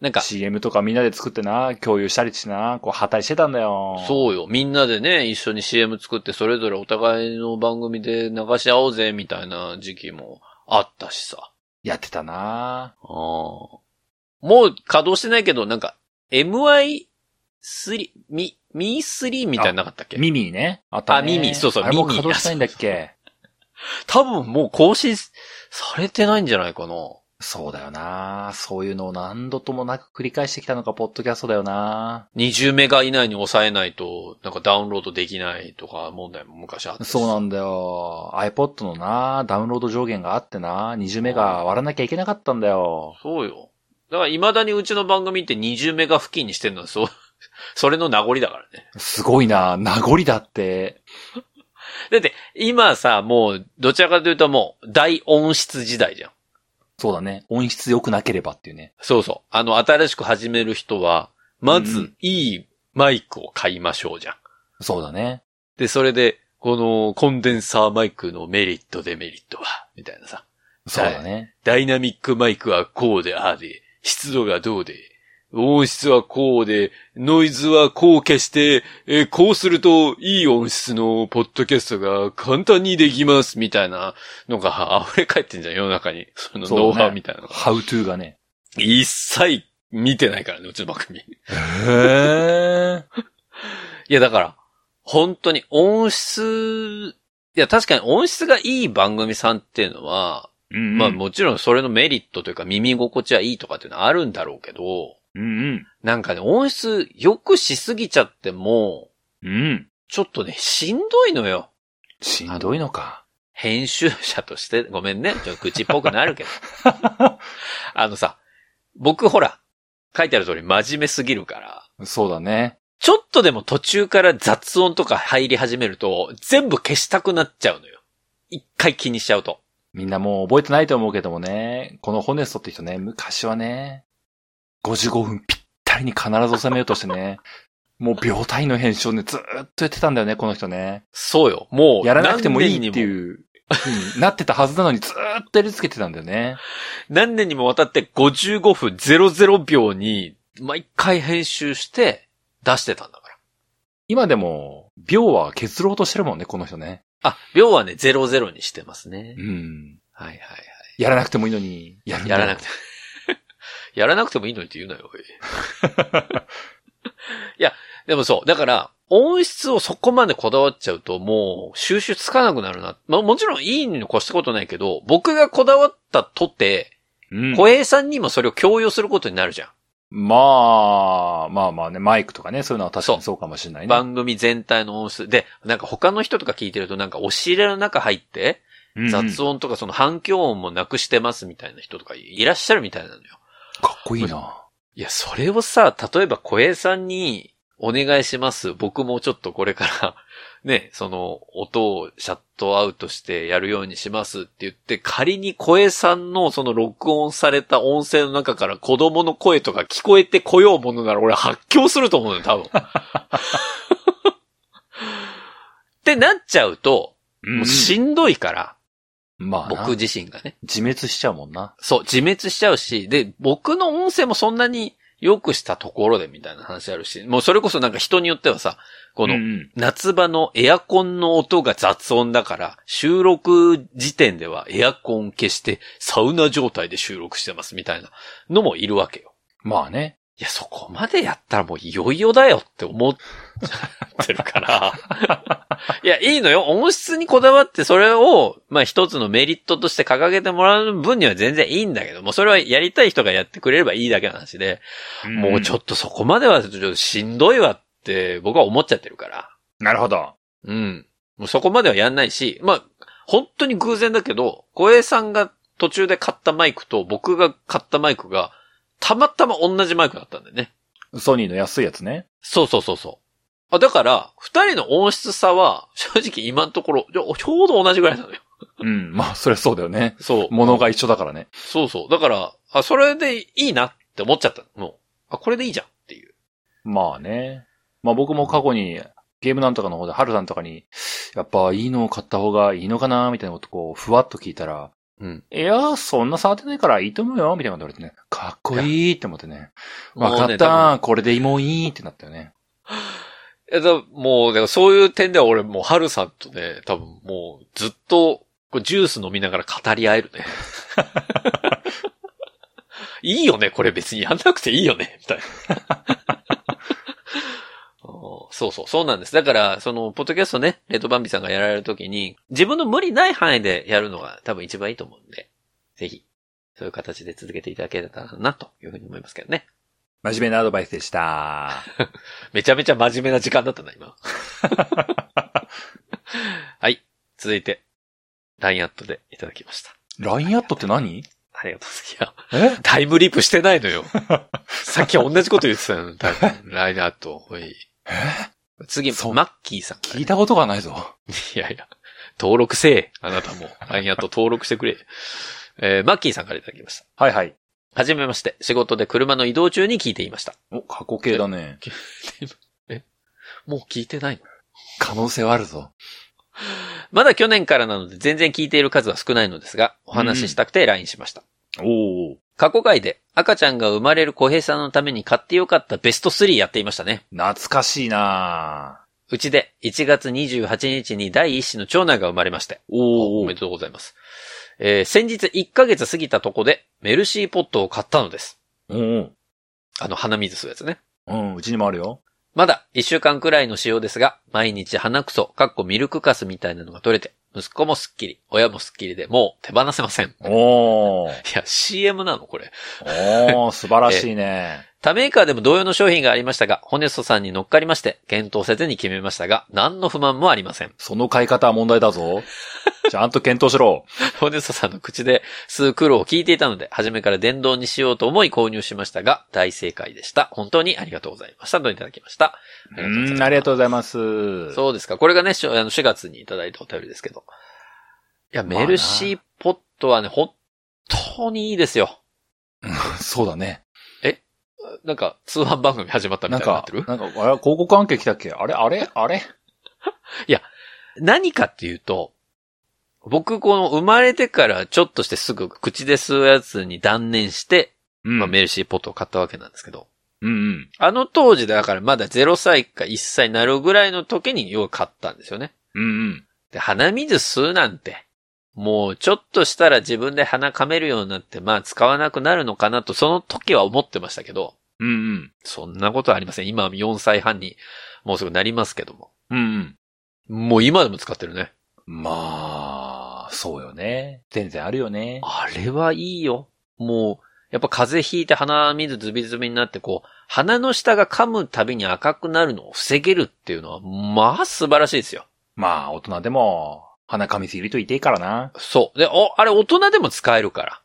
Speaker 1: なんか、
Speaker 2: CM とかみんなで作ってな、共有したりしてな、こう、破壊してたんだよ。
Speaker 1: そうよ。みんなでね、一緒に CM 作って、それぞれお互いの番組で流し合おうぜ、みたいな時期もあったしさ。
Speaker 2: やってたな
Speaker 1: あーもう稼働してないけど、なんか、MI3、ミ、ミ3みたいなのなかったっけ
Speaker 2: ミミィね。あったね。
Speaker 1: あミミィそうそう
Speaker 2: あれもう
Speaker 1: ミミィ
Speaker 2: 稼働したいんだっけ
Speaker 1: 多分もう更新されてないんじゃないかな。
Speaker 2: そうだよなそういうのを何度ともなく繰り返してきたのがポッドキャストだよな
Speaker 1: 20メガ以内に抑えないと、なんかダウンロードできないとか問題も昔あったし
Speaker 2: そうなんだよ。iPod のな、ダウンロード上限があってな、20メガ割らなきゃいけなかったんだよ。
Speaker 1: そうよ。だから未だにうちの番組って20メガ付近にしてるのはそう、それの名残だからね。
Speaker 2: すごいな、名残だって。
Speaker 1: だって、今さ、もう、どちらかというともう、大音質時代じゃん。
Speaker 2: そうだね。音質良くなければっていうね。
Speaker 1: そうそう。あの、新しく始める人は、ま
Speaker 2: う
Speaker 1: ず
Speaker 2: ん、
Speaker 1: いいマイクを買いましょうじゃん。
Speaker 2: そうだね。
Speaker 1: で、それで、この、コンデンサーマイクのメリット、デメリットは、みたいなさ。
Speaker 2: そうだね。
Speaker 1: ダイナミックマイクはこうでああで、湿度がどうで、音質はこうで、ノイズはこう消して、えーこうするといい音質のポッドキャストが簡単にできます、みたいなのが溢れ返ってんじゃん、世の中に。その
Speaker 2: そう
Speaker 1: ノウ
Speaker 2: ね
Speaker 1: ハウみたいなのが。
Speaker 2: How to がね。
Speaker 1: 一切見てないからね、うちの番組。い
Speaker 2: へ
Speaker 1: や、だから、本当に音質、いや、確かに音質がいい番組さんっていうのは、
Speaker 2: うん、
Speaker 1: まあもちろんそれのメリットというか耳心地はいいとかっていうのはあるんだろうけど、
Speaker 2: うん、
Speaker 1: なんかね、音質良くしすぎちゃっても、
Speaker 2: うん。うん。
Speaker 1: ちょっとね、しんどいのよ。
Speaker 2: しんどいのか。
Speaker 1: 編集者として、ごめんね、ちょっと口っぽくなるけ
Speaker 2: <laughs>
Speaker 1: ど。あのさ、僕ほら、書いてある通り真面目すぎるから、
Speaker 2: そうだね。
Speaker 1: ちょっとでも途中から雑音とか入り始めると、全部消したくなっちゃうのよ。一回気にしちゃうと。
Speaker 2: みんなもう覚えてないと思うけどもね、このホネストって人ね、昔はね、55分ぴったりに必ず収めようとしてね、 <laughs> もう秒単位の編集をね、ずーっとやってたんだよね、この人ね。
Speaker 1: そうよ。もう、
Speaker 2: やらなくてもいいって
Speaker 1: う。
Speaker 2: いう、になってたはずなのにずーっとやりつけてたんだよね。
Speaker 1: 何年にもわたって55分00秒に、毎回編集して、出してたんだから。
Speaker 2: 今でも、秒は削ろうとしてるもんね、この人ね。
Speaker 1: あ、秒はね、00にしてますね
Speaker 2: う。ん。
Speaker 1: はいはいは
Speaker 2: やらなくてもいいのに、やるん
Speaker 1: い。
Speaker 2: だ
Speaker 1: や
Speaker 2: よ
Speaker 1: らなくて。やらなくてもいいのにって言うなよ、おい。 <laughs> いや、でもそう。だから、音質をそこまでこだわっちゃうと、もう、収集つかなくなるな。まあ、もちろんいいに越したことないけど、僕がこだわったとて、
Speaker 2: うん
Speaker 1: 小平さんにもそれを強要することになるじゃん。
Speaker 2: まあ、まあまあね、マイクとかね、そういうのは確かにそうかもしれないね。
Speaker 1: 番組全体の音質。で、なんか他の人とか聞いてると、なんか押し入れの中入って、雑
Speaker 2: 音。
Speaker 1: 音とかその反響音もなくしてますみたいな人とかいらっしゃるみたいなのよ。
Speaker 2: かっこいいな。
Speaker 1: いや、それをさ、例えば小江さんにお願いします。僕もちょっとこれから、 <laughs> ね、その、音をシャットアウトしてやるようにしますって言って、仮に小江さんのその録音された音声の中から子供の声とか聞こえてこようものなら俺発狂すると思うよ、 <laughs> 多分。ってなっちゃうと、もうしんどいから、
Speaker 2: まあな、
Speaker 1: 僕自身がね。
Speaker 2: 自滅しちゃうもんな。
Speaker 1: そう、自滅しちゃうし、で、僕の音声もそんなに良くしたところでみたいな話あるし、もうそれこそなんか人によってはさ、こ
Speaker 2: こ
Speaker 1: の
Speaker 2: うんうん、
Speaker 1: 夏場のエアコンの音が雑音だから、収録時点ではエアコン消してサウナ状態で収録してますみたいなのもいるわけよ。
Speaker 2: まあね。
Speaker 1: いや、そこまでやったらもういよいよだよって思ってるから。いや、いいのよ。音質にこだわってそれを、まあ一つのメリットとして掲げてもらう分には全然いいんだけども、それはやりたい人がやってくれればいいだけの話で、もうちょ
Speaker 2: っ
Speaker 1: っとそこまではちょっとしんどいわって僕は思っちゃってるから。
Speaker 2: と。なるほど。
Speaker 1: うん。もうそこまではやんないし、まあ、本当に偶然だけど、小江さんが途中で買ったマイクと僕が買ったマイクが、たまたま同じマイクだったんだよね。
Speaker 2: ソニーの安いやつね。
Speaker 1: そうそうそうそう。あ、だから、二人の音質差は、正直今のところ、ちょちょうど同じぐらいなのよ。
Speaker 2: うん。まあ、そりゃそうだよね。
Speaker 1: そう。
Speaker 2: 物が一緒だからね。
Speaker 1: そうそう。だから、あ、それでいいなって思っちゃったの。もう。あ、これでいいじゃんっていう。
Speaker 2: まあね。まあ僕も過去に、ゲームなんとかの方で、ハルさんとかに、やっぱいいのを買った方がいいのかなみたいなことこう、ふわっと聞いたら、
Speaker 1: うん。
Speaker 2: いやー、そんな触ってないからいいと思うよみたいなこと言われてね、かっこいいって思ってね。わか
Speaker 1: もうね
Speaker 2: っ
Speaker 1: 多分
Speaker 2: た、これでもういいってなったよね。
Speaker 1: え、だ、もう、だからそういう点では俺もう、ハルさんとね、多分もう、ずっと、こうジュース飲みながら語り合えるね。いいよね、これ別にやんなくていいよね、みたいな。おーそうそう、そうなんです。だから、その、ポッドキャストね、レッドバンビさんがやられるときに、自分の無理ない範囲でやるのが多分一番いいと思うんで、ぜひ、そういう形で続けていただけたらな、というふうに思いますけどね。
Speaker 2: 真面目なアドバイスでした。
Speaker 1: めちゃめちゃ真面目な時間だったな、
Speaker 2: <laughs>
Speaker 1: 今。はい。続いて、LINE アットでいただきました。
Speaker 2: ラインアットって何
Speaker 1: ありがとうございます。
Speaker 2: え
Speaker 1: いや、タイムリープしてないの
Speaker 2: <laughs>
Speaker 1: よ。さっき同じこと言ってたの、多分 LINE アット。ほい次、マ
Speaker 2: そう
Speaker 1: ッキーさんから
Speaker 2: 聞いたことがないぞ。
Speaker 1: いやいや、登録せえ。あなたも LINE アット登録してくれ。えーマッキーさんからいただきました。
Speaker 2: はいはい。
Speaker 1: はじめまして、仕事で車の移動中に聞いていました。
Speaker 2: お、過去形だね。
Speaker 1: もう聞いてないの
Speaker 2: 可能性はあるぞ。
Speaker 1: まだ去年からなので全然聞いている数は少ないのですが、お話ししたくて LINE しました。
Speaker 2: おお、
Speaker 1: 過去回で赤ちゃんが生まれる小平さんのために買ってよかったベスト3やっていましたね。
Speaker 2: 懐かしいな
Speaker 1: うちで1月28日に第一子の長男が生まれまして。
Speaker 2: お
Speaker 1: おめでとうございます。えー先日1ヶ月過ぎたとこでメルシーポットを買ったのです。
Speaker 2: おお
Speaker 1: あの鼻水するやつね。
Speaker 2: うん、うちにもあるよ。
Speaker 1: まだ1週間くらいの使用ですが、毎日鼻くそ、かっこミルクカスみたいなのが取れて、息子もスッキリ、親もスッキリでもう手放せません。
Speaker 2: おお
Speaker 1: いや、CM なのこれ。
Speaker 2: おー、素晴らしい <laughs> ね。
Speaker 1: 他メーカーでも同様の商品がありましたが、ホネストさんに乗っかりまして、検討せずに決めましたが、何の不満もありません。 <laughs>
Speaker 2: その買い方は問題だ <laughs> ぞ。ちゃんと検討しろ。
Speaker 1: ホネストさんの口で数苦労を聞いていたので、初めから電動にしようと思い購入しましたが、大正解でした。本当にありがとうございました。といただきました。
Speaker 2: うん、ありがとう
Speaker 1: う
Speaker 2: ございます。
Speaker 1: そうですか。これがね、しょあの4月にいただいたお便りですけど。いや、
Speaker 2: まあな
Speaker 1: メルシーポットはね、本当にいいですよ。
Speaker 2: <laughs> そうだね。
Speaker 1: なんか、通販番組始まったみ
Speaker 2: な
Speaker 1: た
Speaker 2: ん
Speaker 1: いにな
Speaker 2: か
Speaker 1: っ、てる
Speaker 2: なんか、あれ、広告関係来たっけあれあれあれ
Speaker 1: 何かっていうと、僕、この生まれてからちょっとしてすぐ口で吸うやつに断念して、
Speaker 2: うん
Speaker 1: まあ、メルシーポットを買ったわけなんですけど、
Speaker 2: うんうん。
Speaker 1: あの当時だからまだ0歳か1歳になるぐらいの時によう買ったんですよね。
Speaker 2: うんうん。
Speaker 1: で、鼻水吸うなんて、もうちょっとしたら自分で鼻噛めるようになって、まあ使わなくなるのかなと、その時は思ってましたけど、
Speaker 2: うんうん。
Speaker 1: そんなことはありません。今は4歳半にもうすぐなりますけども。
Speaker 2: うんうん。
Speaker 1: もう今でも使ってるね。
Speaker 2: まあ、そうよね。全然あるよね。
Speaker 1: あれはいいよ。もう、やっぱ風邪ひいて鼻水ズビズビになって、こう、鼻の下が噛むたびに赤くなるのを防げるっていうのは、まあ素晴らしいですよ。
Speaker 2: まあ、大人でも、鼻噛みすぎると痛いからな。
Speaker 1: そう。で、お、あれ大人でも使えるから。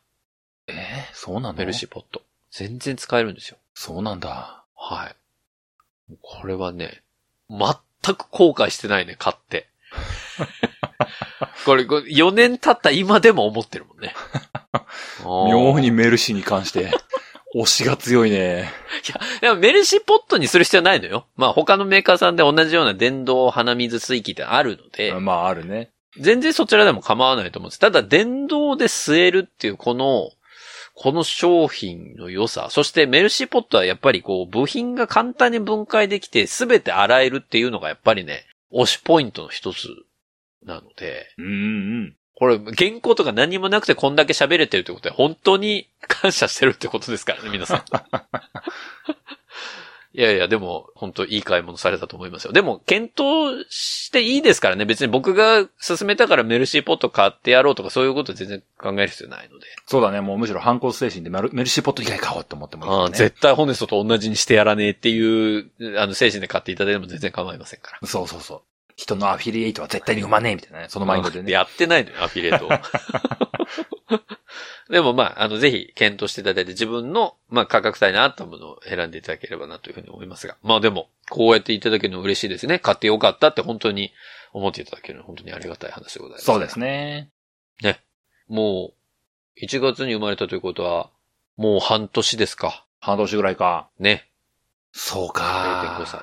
Speaker 2: えーそうなの
Speaker 1: メルシーポット。全然使えるんですよ。
Speaker 2: そうなんだ。
Speaker 1: はい。これはね、全く後悔してないね、買って。これ、これ4年経った今でも思ってるもんね。
Speaker 2: 妙に
Speaker 1: い
Speaker 2: メルシーに関して、推しが強いね。
Speaker 1: や、 <laughs> でもメルシーポットにする必要ないのよ。まあ他のメーカーさんで同じような電動鼻水水器ってあるので、
Speaker 2: まあ、あるね。
Speaker 1: 全然そちらでも構わないと思うんです。ただ電動で吸えるっていうこのこの商品の良さ、そしてメルシーポットはやっぱりこう、部品が簡単に分解できて、すべて洗えるっていうのがやっぱりね、推しポイントの一つなので、
Speaker 2: うんうん。
Speaker 1: これ、原稿とか何もなくてこんだけ喋れてるってことは、本当に感謝してるってことですからね、皆
Speaker 2: <laughs>
Speaker 1: さん。いやいや、でも、本当いい買い物されたと思いますよ。でも、検討していいですからね。別に僕が勧めたからメルシーポット買ってやろうとか、そういうこと全然考える必要ないので。
Speaker 2: そうだね、もうむしろ反抗精神でメルメルシーポット以外買おうって思ってもいい
Speaker 1: あ
Speaker 2: よ
Speaker 1: あ
Speaker 2: ね。
Speaker 1: 絶対ホネストと同じにしてやらねえっていう、あの、精神で買っていただいても全然構いませんから。
Speaker 2: そうそうそう。人のアフィリエイトは絶対に生まねえみたいなね、そのマインドでね。
Speaker 1: やってないのよ、アフィリエ
Speaker 2: <laughs>
Speaker 1: イトを。でもまあ、あの、ぜひ検討していただいて自分の、まあ、価格帯に合ったものを選んでいただければなというふうに思いますが。まあでも、こうやっていただけるの嬉しいですね。買ってよかったって本当に思っていただけるのは本当にありがたい話でございます。
Speaker 2: そうですね。
Speaker 1: もう、1月に生まれたということは、もう半年ですか。
Speaker 2: 半年ぐらいか。
Speaker 1: ね。
Speaker 2: そう
Speaker 1: 0.5歳。。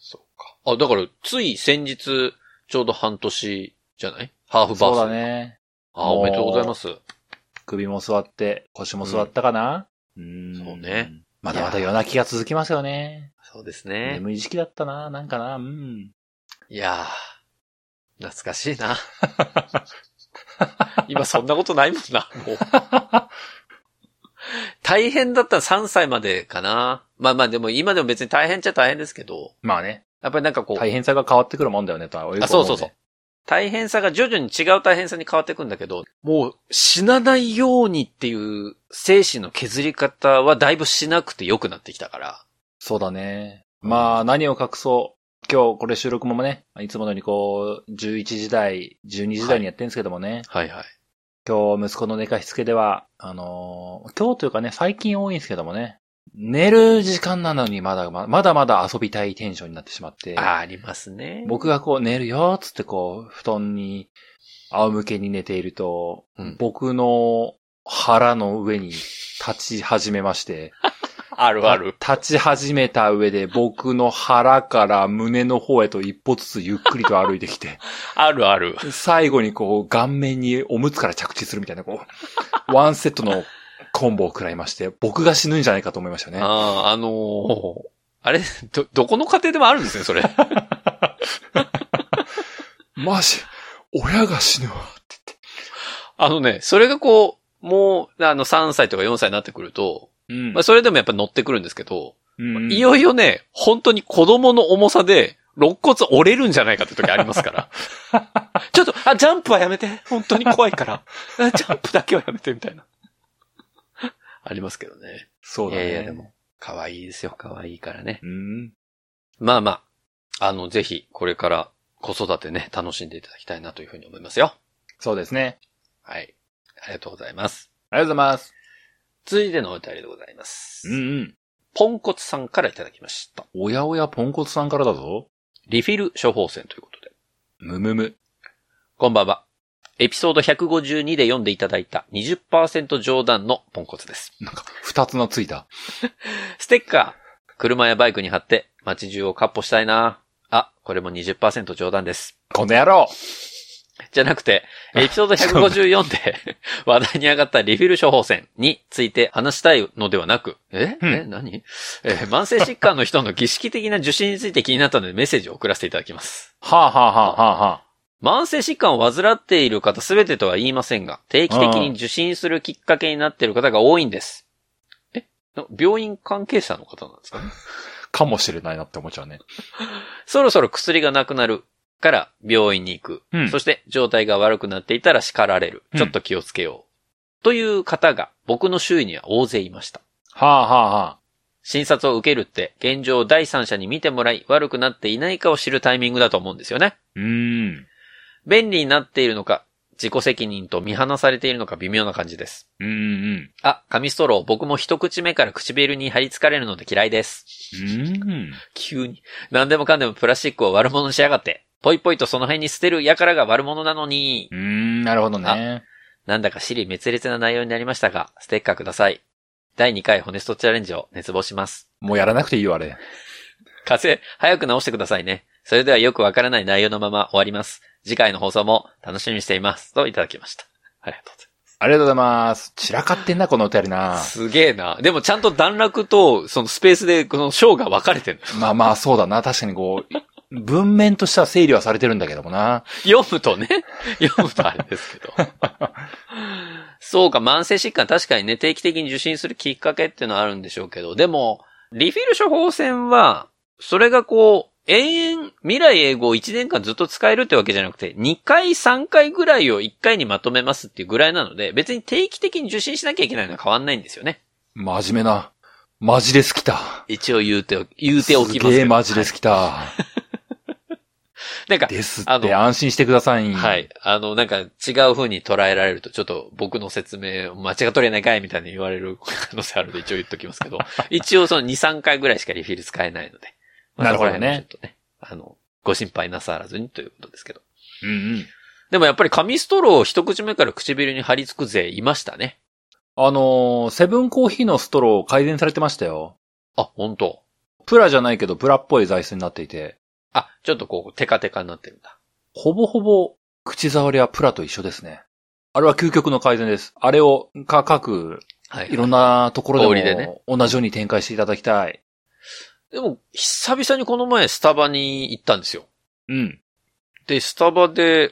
Speaker 1: そうか。あ、だから、つい先日、ちょうど半年じゃないハーフバー
Speaker 2: そ
Speaker 1: スデー。
Speaker 2: うだね。
Speaker 1: あ、おめでとうございます。
Speaker 2: 首も座って、腰も座ったかな、うん、
Speaker 1: そうね。
Speaker 2: まだまだ夜泣きが続きますよね。
Speaker 1: そうですね。
Speaker 2: 眠い時期だったな、なんかな、うん。
Speaker 1: いやー、懐かしい
Speaker 2: <laughs>
Speaker 1: な。今そんなことないもんな、もう。大変だったら3歳までかな。まあまあでも今でも別に大変っちゃ大変ですけど、
Speaker 2: まあね、
Speaker 1: やっぱりなんかこう、
Speaker 2: 大変さが変わってくるもんだよね、とは、
Speaker 1: あそうそうそう。大変さが徐々に違う大変さに変わっていくんだけど、もう死なないようにっていう精神の削り方はだいぶしなくて良くなってきたから。
Speaker 2: そうだね。まあ、何を隠そう。今日これ収録もね、いつものようにこう、11時台、12時台にやってるんですけどもね、
Speaker 1: はいはい。
Speaker 2: 今日息子の寝かしつけでは、あのー今日というかね、最近多いんですけどもね、寝る時間なのにまだままだまだ遊びたいテンションになってしまって、
Speaker 1: あありますね。
Speaker 2: 僕がこう寝るよーっつってこう、布団に仰向けに寝ていると、
Speaker 1: うん
Speaker 2: 僕の腹の上に立ち始めまして、
Speaker 1: あるある。
Speaker 2: 立ち始めた上で僕の腹から胸の方へと一歩ずつゆっくりと歩いて
Speaker 1: <laughs>
Speaker 2: きて、
Speaker 1: あるある。
Speaker 2: 最後にこう顔面におむつから着地するみたいなこう、ワンセットのコンボを食らいまして、僕が死ぬんじゃないかと思いましたね。
Speaker 1: ああ、あのーあれ、ど、どこの家庭でもあるんですね、それ。 <laughs>
Speaker 2: マジ、親が死ぬわ。
Speaker 1: あのね、それがこう、もう、あの、3歳とか4歳になってくると、
Speaker 2: うん
Speaker 1: まあ、それでもやっぱ乗ってくるんですけど、
Speaker 2: うん
Speaker 1: いよいよね、本当に子供の重さで、肋骨折れるんじゃないかって時ありますから。
Speaker 2: <laughs>
Speaker 1: ちょっと、あ、ジャンプはやめて。本当に怖いから。あジャンプだけはやめて、みた
Speaker 2: <laughs>
Speaker 1: いな。ありますけどね。
Speaker 2: そうだ
Speaker 1: い
Speaker 2: ね。
Speaker 1: やいや、でも、可愛いですよ。可愛いからね。
Speaker 2: うん。
Speaker 1: まあまあ、あの、ぜひ、これから子育てね、楽しんでいただきたいなというふうに思いますよ。
Speaker 2: そうですね。
Speaker 1: はい。ありがとうございます。
Speaker 2: ありがとうございます。
Speaker 1: 続いてのお便りでございます。
Speaker 2: うんうん。
Speaker 1: ポンコツさんからいただきました。
Speaker 2: おやおやポンコツさんからだぞ。
Speaker 1: リフィル処方箋ということで。
Speaker 2: むむむ。
Speaker 1: こんばんは。エピソード152で読んでいただいた20%冗談のポンコツです。
Speaker 2: なんか、二つのついた。
Speaker 1: ステッカー。車やバイクに貼って街中をカッポしたいな。あ、これも20%冗談です。
Speaker 2: この野郎
Speaker 1: じゃなくて、エピソード154で <laughs> 話題に上がったリフィル処方箋について話したいのではなく、え、
Speaker 2: うん
Speaker 1: え何えー慢性疾患の人の儀式的な受診について気になったのでメッセージを送らせていただきます。
Speaker 2: はあはあはあはあはあ。
Speaker 1: 慢性疾患を患っている方すべてとは言いませんが、定期的に受診するきっかけになっている方が多いんです。えな病院関係者の方なんですかね
Speaker 2: かもしれないなって思っちゃうね。
Speaker 1: そろそろ薬がなくなるから病院に行く。
Speaker 2: うん
Speaker 1: そして状態が悪くなっていたら叱られる。
Speaker 2: うん
Speaker 1: ちょっと気をつけよう。という方が僕の周囲には大勢いました。
Speaker 2: はあはあはあ。
Speaker 1: 診察を受けるって現状を第三者に見てもらい悪くなっていないかを知るタイミングだと思うんですよね。
Speaker 2: うーん。
Speaker 1: 便利になっているのか、自己責任と見放されているのか微妙な感じです。
Speaker 2: うんうん。
Speaker 1: あ、紙ストロー僕も一口目から唇に貼り付かれるので嫌いです。
Speaker 2: うん。
Speaker 1: 急に。何でもかんでもプラスチックを悪者にしやがって。ぽいぽいとその辺に捨てる輩が悪者なのに
Speaker 2: うー。ん、なるほどね。
Speaker 1: なんだか尻滅裂な内容になりましたが、ステッカーください。第2回ホネストチャレンジを熱望します。
Speaker 2: もうやらなくていいよ、あれ。
Speaker 1: 風邪、早く直してくださいね。それではよくわからない内容のまま終わります。次回の放送も楽しみにしています。といただきました。ありがとうございます。
Speaker 2: ありがとうございます。散らかってんな、このお便りな。
Speaker 1: すげえな。でもちゃんと段落と、そのスペースで、この章が分かれてる。
Speaker 2: まあまあ、そうだな。確かにこう、文面としては整理はされてるんだけどもな。
Speaker 1: 読むとね、 <laughs> 読むとあれですけど。そうか、慢性疾患確かにね、定期的に受診するきっかけっていうのはあるんでしょうけど、でも、リフィル処方箋は、それがこう、延々、未来英語を1年間ずっと使えるってわけじゃなくて、2回、3回ぐらいを1回にまとめますっていうぐらいなので、別に定期的に受診しなきゃいけないのは変わんないんですよね。
Speaker 2: 真面目な。マジレスきた。
Speaker 1: 一応言うておき、言うておきますけど。
Speaker 2: すげえマジレ
Speaker 1: は
Speaker 2: スきた。
Speaker 1: いなんか、
Speaker 2: です
Speaker 1: あ
Speaker 2: って
Speaker 1: の
Speaker 2: 安心してください。
Speaker 1: は。い。あの、なんか違う風に捉えられると、ちょっと僕の説明間違っとれないかいみたいに言われる <laughs> 可能性あるので一応言っときます
Speaker 2: <laughs>
Speaker 1: けど、一応その2、3回ぐらいしかリフィル使えないので。まあ
Speaker 2: なるほどね
Speaker 1: そこら辺はちょっとね。あの、ご心配なさらずにということですけど。
Speaker 2: うんうん。
Speaker 1: でもやっぱり紙ストローを一口目から唇に貼り付く勢いましたね。
Speaker 2: あのーセブンコーヒーのストロー改善されてましたよ。
Speaker 1: あ、本当
Speaker 2: プラじゃないけど、プラっぽい材質になっていて、
Speaker 1: あ、ちょっとこう、テカテカになってるんだ。
Speaker 2: ほぼほぼ、口触りはプラと一緒ですね。あれは究極の改善です。あれを、か、各、
Speaker 1: はい。
Speaker 2: いろん。なところ
Speaker 1: 氷
Speaker 2: で
Speaker 1: で
Speaker 2: も
Speaker 1: ね、
Speaker 2: 同じように展開していただきたい。
Speaker 1: でも、久々にこの前スタバに行ったんですよ。
Speaker 2: うん。
Speaker 1: で、スタバで、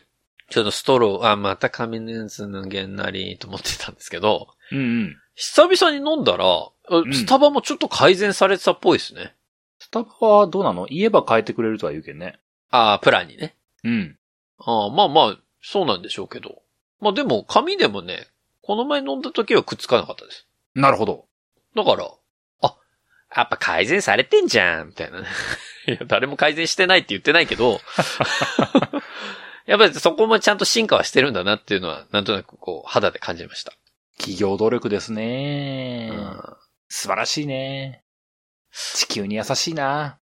Speaker 1: ちょっとストロー、あ、また紙のやつのげんなりと思ってたんですけど、
Speaker 2: うんうん。
Speaker 1: 久々に飲んだら、あ
Speaker 2: ん
Speaker 1: スタバもちょっと改善されてたっぽいですね。
Speaker 2: スタバはどうなの言えば変えてくれるとは言うけんね。
Speaker 1: ああ、プランにね。
Speaker 2: うん。
Speaker 1: あーまあまあ、そうなんでしょうけど。まあでも、紙でもね、この前飲んだ時はくっつかなかったです。
Speaker 2: なるほど。
Speaker 1: だから、あ、やっぱ改善されてんじゃん、みたいなね。 <laughs> いや、誰も改善してないって言ってないけ <laughs> ど、やっぱりそこもちゃんと進化はしてるんだなっていうのは、なんとなくこう、肌で感じました。
Speaker 2: 企業努力ですね、
Speaker 1: うん
Speaker 2: 素晴らしいね。地球に優しいな。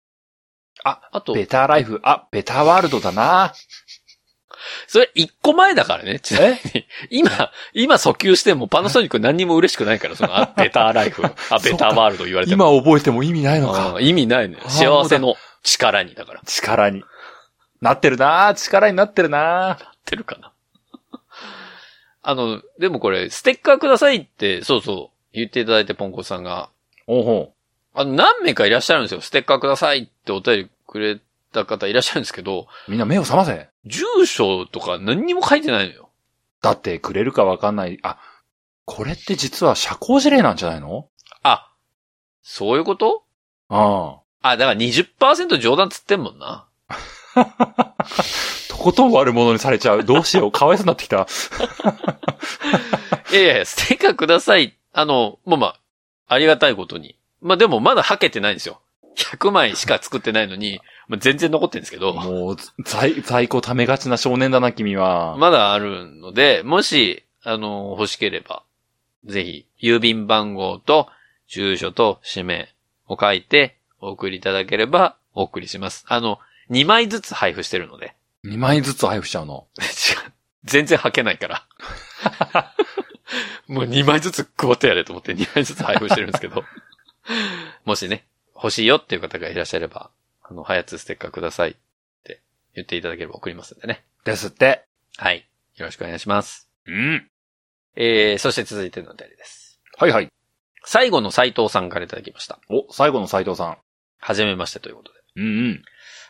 Speaker 1: あ、あと、
Speaker 2: ベターライフ、あ、ベターワールドだな。
Speaker 1: それ一個前だからね。ちな
Speaker 2: え
Speaker 1: 今、今訴求してもパナソニック何にも嬉しくないから、その、
Speaker 2: <laughs>
Speaker 1: あ、ベターライフ、あ、ベターワールド言われても。
Speaker 2: 覚えても意味ないの
Speaker 1: うん意味ないね。
Speaker 2: あ
Speaker 1: 幸せの力に、だから、なっ
Speaker 2: 力に。なってるな力になってるな
Speaker 1: てるかな。 <laughs> あの、でもこれ、ステッカーくださいって、そうそう、言っていただいて、ポンコツさんが。
Speaker 2: おうほ
Speaker 1: あの、何名かいらっしゃるんですよ。ステッカーくださいってお便りくれた方いらっしゃるんですけど、
Speaker 2: う。みんな目を覚ませ。
Speaker 1: 住所とか何にも書いてないのよ。
Speaker 2: だってくれるかわかんない。あ、これって実は社交辞令なんじゃないの
Speaker 1: あ、そういうこと
Speaker 2: ああ。
Speaker 1: あ、だから20%冗談つってんもんな。
Speaker 2: とことん悪者にされちゃう。ど
Speaker 1: <laughs>
Speaker 2: うしよう。かわいそうになってきた。
Speaker 1: いやいやいや、ステッカーください。あの、まあまあ、ありがたいことに。まあでもまだはけてないんですよ。100枚しか作ってないのに、まあ、全然残ってるんですけど、
Speaker 2: もう、在、在庫貯めがちな少年だな、君は。
Speaker 1: まだあるので、もし、あの、欲しければ、ぜひ、郵便番号と、住所と氏名を書いて、お送りいただければ、お送りします。あの、2枚ずつ配布してるので。
Speaker 2: 2枚ずつ配布しちゃうの。
Speaker 1: 違う全然履けないから。 <laughs> もう2枚ずつ配ってやれと思って2枚ずつ配布してるんですけど。もしね、欲しいよっていう方がいらっしゃれば、あの、早津ステッカーくださいって言っていただければ送りますんでね。
Speaker 2: ですって。
Speaker 1: はい。よろしくお願いします。
Speaker 2: うん。
Speaker 1: えー、そして続いてのお便りです。
Speaker 2: はいはい。
Speaker 1: 最後の斉藤さんからいただきました。
Speaker 2: お、最後の斉藤さ
Speaker 1: はじめましてということで。
Speaker 2: ん。うん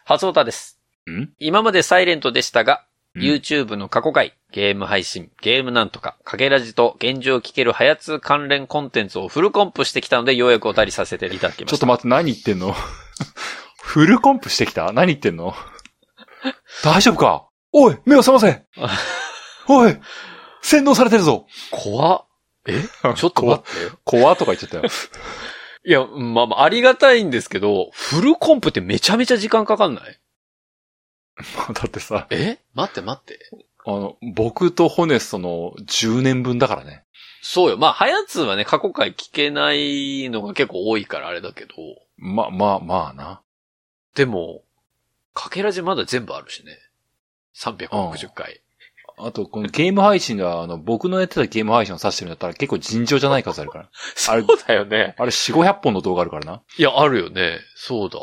Speaker 1: 初オタです。
Speaker 2: うん。ん
Speaker 1: 今までサイレントでしたが、
Speaker 2: うん
Speaker 1: YouTube の過去回、ゲーム配信、ゲームなんとか、かけらじと現状を聞ける早通関連コンテンツをフルコンプしてきたので、ようやくお便りさせていただきま
Speaker 2: ちょ
Speaker 1: し
Speaker 2: っと
Speaker 1: た。
Speaker 2: 待って、何言ってんの <laughs> フルコンプしてきた何言ってんの大丈夫かおい、目を覚ませおい、洗脳されてるぞ
Speaker 1: 怖っえちょっと待ってよ。
Speaker 2: 怖とか言っちゃったよ。 <laughs>
Speaker 1: いや、まあまあ、ありがたいんですけど、フルコンプってめちゃめちゃ時間かかんない
Speaker 2: だってさ、
Speaker 1: え待って待って。
Speaker 2: あの、僕とホネストの10年分だからね。
Speaker 1: そうよ。まあ、早通はね、過去回聞けないのが結構多いからあれだけど、
Speaker 2: ま、まあまあな。
Speaker 1: でも、かけらじまだ全部あるしね。360回。
Speaker 2: あと、このゲーム配信が、あの、僕のやってたゲーム配信を指してるんだったら結構尋常じゃない数あるから。あ
Speaker 1: <laughs> そ
Speaker 2: れ
Speaker 1: うだよね。
Speaker 2: あれ、4、500本の動画あるからな。
Speaker 1: いや、あるよね。そうだ。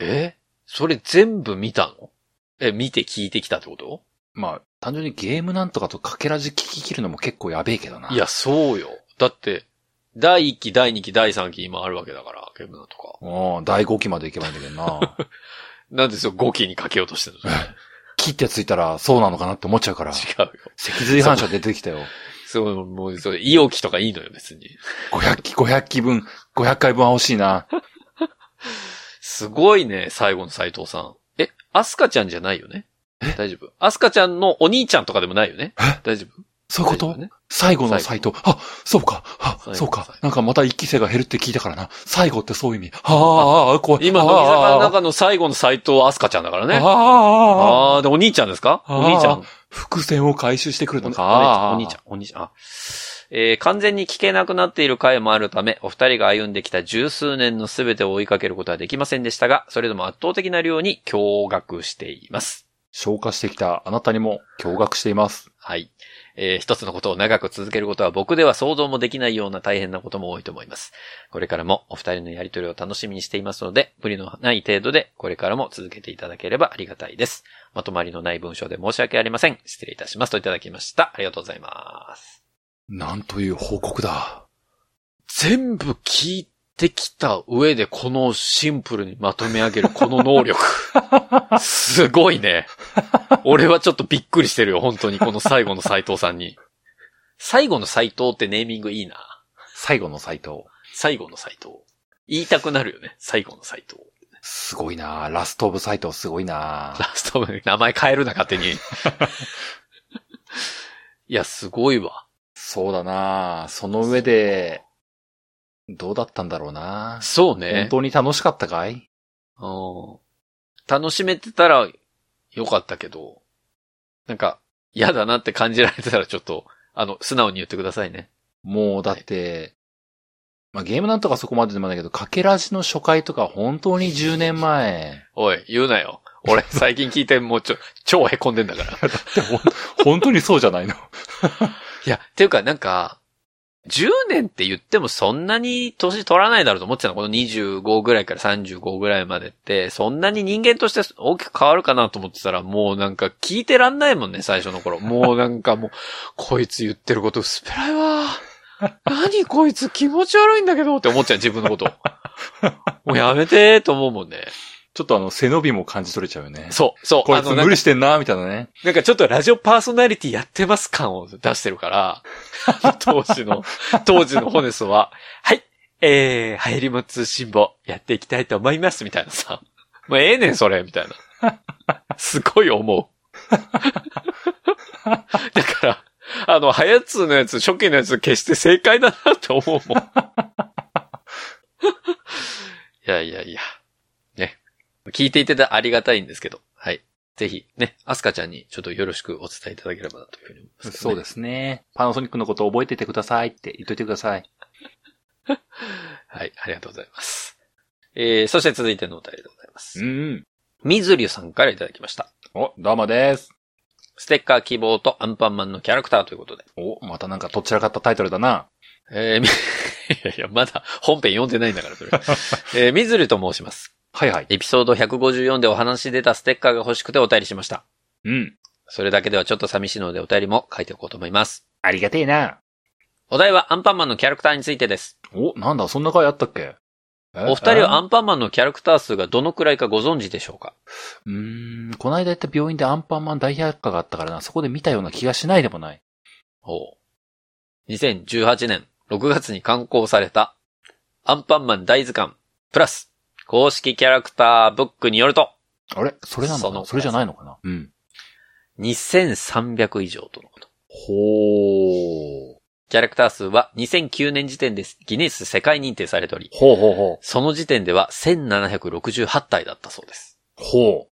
Speaker 1: えそれ全部見たのえ、見て聞いてきたってこと
Speaker 2: まあ、単純にゲームなんとかとかけらじ聞き切るのも結構やべえけどな。
Speaker 1: いや、そうよ。だって、第1期、第2期、第3期今あるわけだから、ゲームなんとか。
Speaker 2: うん、第5期までいけばいいんだけどな。
Speaker 1: なんでそれ5期にかけようとしてるの
Speaker 2: 切ってついたらそうなのかなって思っちゃうから、
Speaker 1: 違うよ。
Speaker 2: 脊髄反射出てきたよ。
Speaker 1: そう、もう、それ、いおきとかいいのよ、別に。
Speaker 2: 500期、500期分、500回分は欲しいな。
Speaker 1: すごいね、最後の斎藤さん。え、アスカちゃんじゃないよね大丈夫。アスカちゃんのお兄ちゃんとかでもないよね
Speaker 2: え
Speaker 1: 大丈夫
Speaker 2: そういうこ
Speaker 1: 大
Speaker 2: と
Speaker 1: 丈夫ね
Speaker 2: 最後のサイト。あ、そうか。あ、
Speaker 1: 最後の
Speaker 2: そう
Speaker 1: 最
Speaker 2: か
Speaker 1: 後。
Speaker 2: なんかまた一期生が減るって聞いたからな。最後ってそういう意味。ああ、怖い。
Speaker 1: 今、
Speaker 2: あ
Speaker 1: 乃
Speaker 2: ー
Speaker 1: 木坂の中の最後の斎藤アスカちゃんだから
Speaker 2: あー
Speaker 1: ね。
Speaker 2: あーあー、
Speaker 1: あー、で、お兄ちゃんですか
Speaker 2: あー
Speaker 1: お兄ちゃん。
Speaker 2: 伏線を回収してくるのか。
Speaker 1: お兄ちゃん、お兄ちゃん、お兄ちゃん。あえー完全に聞けなくなっている回もあるため、お二人が歩んできた十数年の全てを追いかけることはできませんでしたが、それでも圧倒的な量に驚愕しています。
Speaker 2: 消化してきたあなたにも驚愕しています。
Speaker 1: はい。えー一つのことを長く続けることは僕では想像もできないような大変なことも多いと思います。これからもお二人のやりとりを楽しみにしていますので、無理のない程度でこれからも続けていただければありがたいです。まとまりのない文章で申し訳ありません。失礼いたしますといただきました。ありがとうございます。
Speaker 2: なんという報告だ。
Speaker 1: 全部聞いてきた上でこのシンプルにまとめ上げるこの能力。すごいね。俺はちょっとびっくりしてるよ、本当に。この最後の斎藤さんに。最後の斎藤ってネーミングいいな。
Speaker 2: 最後のサイト。
Speaker 1: 最後の斎藤。言いたくなるよね。最後の斎藤。
Speaker 2: すごいなラストオブサイトすごいな
Speaker 1: ラストオブ名前変えるな、勝手に。いや、すごいわ。
Speaker 2: そうだなその上で、どうだったんだろうな
Speaker 1: そう
Speaker 2: 本
Speaker 1: ね。
Speaker 2: 当に楽しかったかい
Speaker 1: うん楽しめてたらよかったけど、なんか嫌だなって感じられてたらちょっと、あの、素直に言ってくださいね。
Speaker 2: もうだって、まあ、ゲームなんとかそこまででもないけど、かけらじの初回とか本当に10年前。
Speaker 1: おい、言うなよ。俺、最近聞いてもうちょ、超へこんでんだから。い
Speaker 2: 本当にそうじゃないの <laughs>
Speaker 1: や、っていうかなんか、10年って言ってもそんなに年取らないだろうと思ってたの。この25ぐらいから35ぐらいまでって、そんなに人間として大きく変わるかなと思ってたら、もうなんか聞いてらんないもんね、最初の頃。もうなんかもう、 <laughs> こいつ言ってること薄っぺらいわ。何こいつ気持ち悪いんだけどって思っちゃう、自分のこ
Speaker 2: <laughs>
Speaker 1: と。もうやめてーと思うもんね。
Speaker 2: ちょっとあの、背伸びも感じ取れちゃうよね。
Speaker 1: そう、そう。
Speaker 2: こい
Speaker 1: あ
Speaker 2: つ
Speaker 1: のなんか
Speaker 2: 無理してんなみたいなね。
Speaker 1: なんかちょっとラジオパーソナリティやってます感を出してるから、 <laughs> 当時の、当時のホネスは、はい、えー、入りも通信簿やっていきたいと思います、みたいなさ。 <laughs> もうええねん、それ、みたいな。すごい思う。 <laughs> だから、あの、ハヤツーのやつ、初期のやつ、決して正解だなって思うもん。い <laughs> やいやいや。ね。聞いていただいてありがたいんですけど。はい。ぜひ、ね、アスカちゃんにちょっとよろしくお伝えいただければなというふうに思います、。
Speaker 2: そうですすね。パナソニックのこと覚えててくださいって言っといてください。
Speaker 1: はい。ありがとうございます。えー、そして続いてのお便りでございます。
Speaker 2: ん。
Speaker 1: みずりゅうさんからいただきました。
Speaker 2: お、どうもです。
Speaker 1: ステッカー希望とアンパンマンのキャラクターということで。
Speaker 2: お、またなんかとっちらかったタイトルだな。
Speaker 1: えー、 <laughs> み、いやいや、まだ本編読んでないんだから、それ。えー、みずりゅうと申します。
Speaker 2: はいはい。
Speaker 1: エピソード154でお話し出たステッカーが欲しくてお便りしました。
Speaker 2: うん。
Speaker 1: それだけではちょっと寂しいのでお便りも書いておこうと思います。
Speaker 2: ありがてえな。
Speaker 1: お題はアンパンマンのキャラクターについてです。
Speaker 2: お、なんだ、そんな回あったっけ
Speaker 1: お二人はア
Speaker 2: ん、
Speaker 1: ンパンマンのキャラクター数がどのくらいかご存知でしょうか
Speaker 2: うーん、こないだ行った病院でアンパンマン大百科があったからな、そこで見たような気がしないでもない。
Speaker 1: お2018年6月に刊行された、アンパンマン大図鑑、プラス、公式キャラクターブックによると、
Speaker 2: あれそれなのか
Speaker 1: そ
Speaker 2: な
Speaker 1: の
Speaker 2: それじゃないのかなうん。
Speaker 1: 2300以上とのこと。
Speaker 2: ほー。
Speaker 1: キャラクター数は2009年時点でギネス世界認定されており、
Speaker 2: ほうほうほう。
Speaker 1: その時点では1768体だったそうです。
Speaker 2: ほ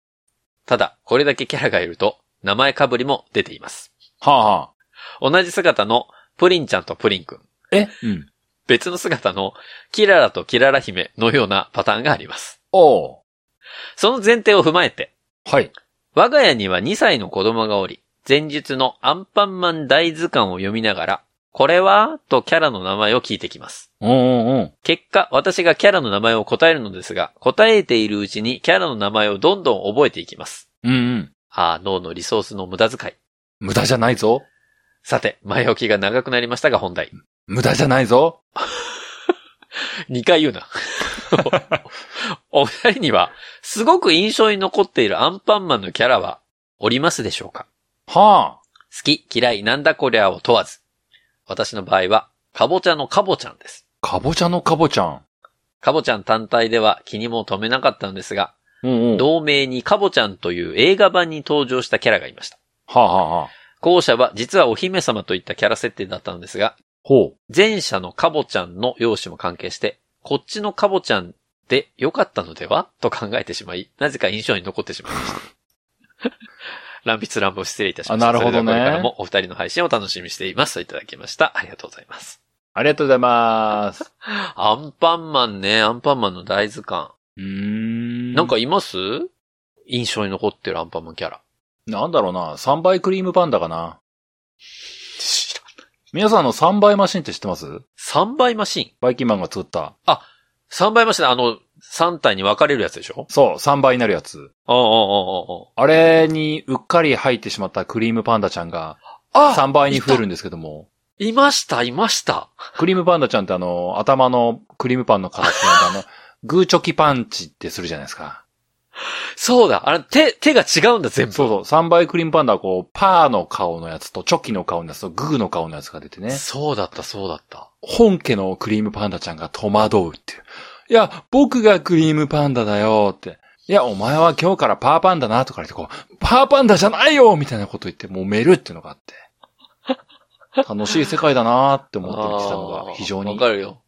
Speaker 1: ただ、これだけキャラがいると、名前かぶりも出ています。
Speaker 2: う。はあ、はあ、
Speaker 1: 同じ姿のプリンちゃんとプリンくん、
Speaker 2: えうん。
Speaker 1: 別の姿のキララとキララ姫のようなパターンがあります。
Speaker 2: おー。
Speaker 1: その前提を踏まえて、
Speaker 2: はい。
Speaker 1: 我が家には2歳の子供がおり、前日のアンパンマン大図鑑を読みながら、これはとキャラの名前を聞いてきます。
Speaker 2: うんうんうん。
Speaker 1: 結果、私がキャラの名前を答えるのですが、答えているうちにキャラの名前をどんどん覚えていきます。
Speaker 2: うんうん。
Speaker 1: あー脳のリソースの無駄遣い。
Speaker 2: 無駄じゃないぞ。
Speaker 1: さて、前置きが長くなりましたが本題。
Speaker 2: 無駄じゃないぞ。
Speaker 1: 2回言うな。 <laughs> お二人には、すごく印象に残っているアンパンマンのキャラは、おりますでしょうか
Speaker 2: はあ。
Speaker 1: 好き、嫌い、なんだこりゃを問わず。私の場合は、カボチャのカボちゃんです。
Speaker 2: かぼちゃのかぼちゃん。
Speaker 1: カボちゃん単体では気にも留めなかったのですが、
Speaker 2: うんうは
Speaker 1: 同名にカボちゃんという映画版に登場したキャラがいました。
Speaker 2: あ、はあはあ、
Speaker 1: 後者は実はお姫様といったキャラ設定だったのですが、
Speaker 2: ほう。
Speaker 1: 前者のカボちゃんの容姿も関係して、こっちのカボちゃんで良かったのではと考えてしまい、なぜか印象に残ってしまいました。 <laughs> 乱筆乱暴失礼いたしました。
Speaker 2: あなるほどね
Speaker 1: それではこれからもお二人の配信を楽しみにしています。といただきました。ありがとうございます。
Speaker 2: ありがとうございます。
Speaker 1: アンパンマンね、アンパンマンの大図鑑。
Speaker 2: うーん。
Speaker 1: なんか、います印象に残ってるアンパンマンキャラ。
Speaker 2: なんだろうな。3倍クリームパンダかな。
Speaker 1: 知らん
Speaker 2: 皆さんあの3倍マシンって知ってます
Speaker 1: 三倍マシン。
Speaker 2: バイキンマンが作った。
Speaker 1: 三倍マシン、あの、三体に分かれるやつでしょ
Speaker 2: そう、3倍になるやつ。
Speaker 1: ああ、ああ、あ
Speaker 2: あれにうっかり入ってしまったクリームパンダちゃんが
Speaker 1: あ、ああ。
Speaker 2: 3倍に増えるんですけども、
Speaker 1: いました、いました。
Speaker 2: クリームパンダちゃんってあの、頭のクリームパンの形なんで、あの、グーチョキパンチってするじゃないですか。
Speaker 1: そうだ、あれ、手、手が違うんだ、全部。
Speaker 2: そうそう、3倍クリームパンダはこう、パーの顔のやつとチョキの顔のやつとグーの顔のやつが出てね、
Speaker 1: そうだった、そうだった。
Speaker 2: 本家のクリームパンダちゃんが戸惑うっていう。いや、僕がクリームパンダだよって。いや、お前は今日からパーパンダなとか言ってこう、パーパンダじゃないよみたいなこと言って揉めるっていうのがあって。
Speaker 1: <laughs>
Speaker 2: 楽しい世界だなって思って見てたのが非常
Speaker 1: あー
Speaker 2: に
Speaker 1: わ。かるよ。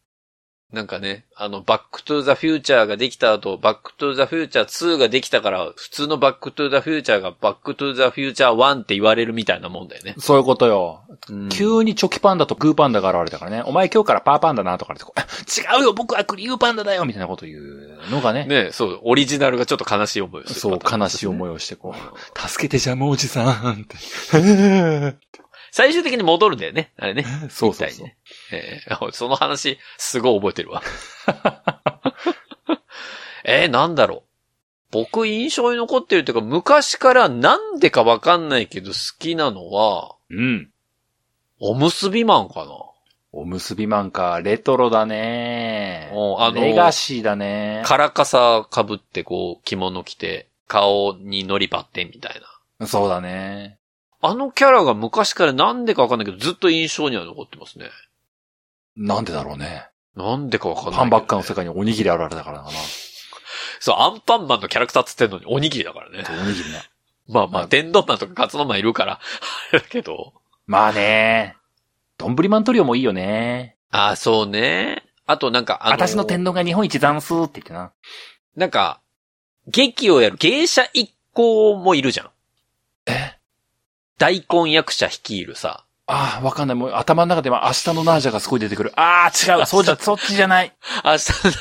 Speaker 1: なんかね、あの、バックトゥーザフューチャーができた後、バックトゥーザフューチャー2ができたから、普通のバックトゥーザフューチャーがバックトゥーザフューチャー1って言われるみたいなもんだよね。
Speaker 2: そういうことよ。
Speaker 1: 急
Speaker 2: 急にチョキパンダとグーパンダが現れたからね、お前今日からパーパンダなとか言ってこう、違うよ僕はクリームパンダだよみたいなこと言うのがね、
Speaker 1: ねそう、オリジナルがちょっと悲しい思いをする。
Speaker 2: そう悲しい思
Speaker 1: い。
Speaker 2: いをして
Speaker 1: うん
Speaker 2: こう、助けてジャムおじさん
Speaker 1: <laughs>
Speaker 2: って。
Speaker 1: 最終的に戻るんだよね、あれね。
Speaker 2: そうそうそう。
Speaker 1: えー <laughs> その話、すごい覚えて
Speaker 2: <laughs>
Speaker 1: るわ。えー、なんだろう。僕印象に残ってるというか、昔からなんでかわかんないけど好きなのは、
Speaker 2: うん。
Speaker 1: おむすびマンかな。
Speaker 2: おむすびマンか、レトロだね
Speaker 1: おあの
Speaker 2: レガシーだね
Speaker 1: カラカサ被ってこう、着物着て、顔にのりばってみたいな。
Speaker 2: そうだね。
Speaker 1: あのキャラが昔からなんでかわかんないけど、ずっと印象には残ってますね。
Speaker 2: なんでだろうね。
Speaker 1: なんでかわかんない、
Speaker 2: パンばっかの世
Speaker 1: 界。
Speaker 2: 界におにぎりあるあるだからか
Speaker 1: そう、アンパンマンのキャラクターっつってんのにおにぎりだからね。
Speaker 2: な。おにぎりね。
Speaker 1: まあま
Speaker 2: は
Speaker 1: あ、
Speaker 2: い
Speaker 1: 電動マンとかカツノマンいるから、 <laughs> あれだけど。
Speaker 2: まあね。どんぶりマントリオもいいよね。
Speaker 1: ああ、そうね。あとなんか、あの
Speaker 2: 私の天丼が日本一残すって言ってな。
Speaker 1: なんか、劇をやる芸者一行もいるじゃん。
Speaker 2: え
Speaker 1: 大根役者率いるさ。
Speaker 2: ああ、わかんない。もう頭の中では明日のナージャがすごい出てくる。ああ、違う。そうじゃ、 <laughs> そっちじゃない。
Speaker 1: 明日のナ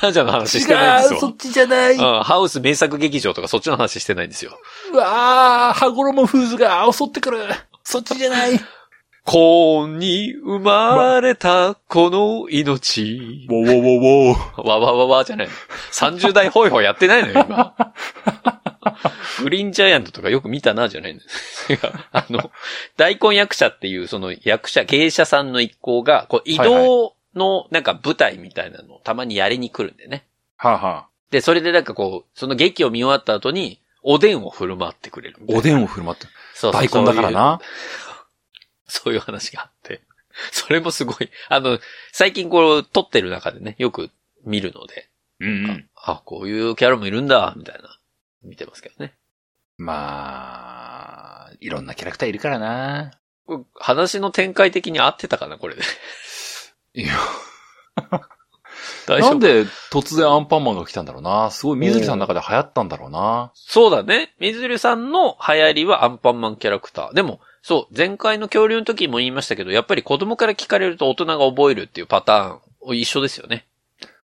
Speaker 1: ージャの
Speaker 2: 違
Speaker 1: 話
Speaker 2: う
Speaker 1: して <laughs> ないんです、
Speaker 2: そ
Speaker 1: よ。
Speaker 2: っちじゃない。
Speaker 1: うん、ハウス名作劇場とかそっちの話してないんです <laughs> よ。
Speaker 2: うわあ、羽衣フーズが襲ってくる。そっちじゃ <laughs> ない。
Speaker 1: こんに生まれたこの命。
Speaker 2: ォウォウォウォウ。
Speaker 1: わわわわじゃない。30代ホイホイやってないのよ、今。グリーンジャイアントとかよく見たな、じゃないんです。違う <laughs> あの、大根役者っていう、その役者、芸者さんの一行が、こう移動の、なんか舞台みたいなのをたまにやりに来るんでね。
Speaker 2: はあ、はあ、
Speaker 1: で、それでなんかこう、その劇を見終わった後に、おでんを振る舞ってくれるみたいな。
Speaker 2: おでんを振る舞って。
Speaker 1: そうそう
Speaker 2: 大根だから。な。
Speaker 1: そういう話があって。それもすごい。あの、最近こう、撮ってる中でね、よく見るので。
Speaker 2: うんうん。
Speaker 1: あ、こういうキャラもいるんだ、みたいな。見てますけどね。
Speaker 2: まあ、いろんなキャラクターいるからな。
Speaker 1: これ話の展開的に合ってたかな、これで。
Speaker 2: いや、
Speaker 1: <laughs> 大丈夫
Speaker 2: なんで突然アンパンマンが来たんだろうな。すごい水木さんの中で流行ったんだろうな。
Speaker 1: そうだね。水流さんの流行りはアンパンマンキャラクター。でも、そう、前回の恐竜の時も言いましたけど、やっぱり子供から聞かれると大人が覚えるっていうパターンを一緒ですよね。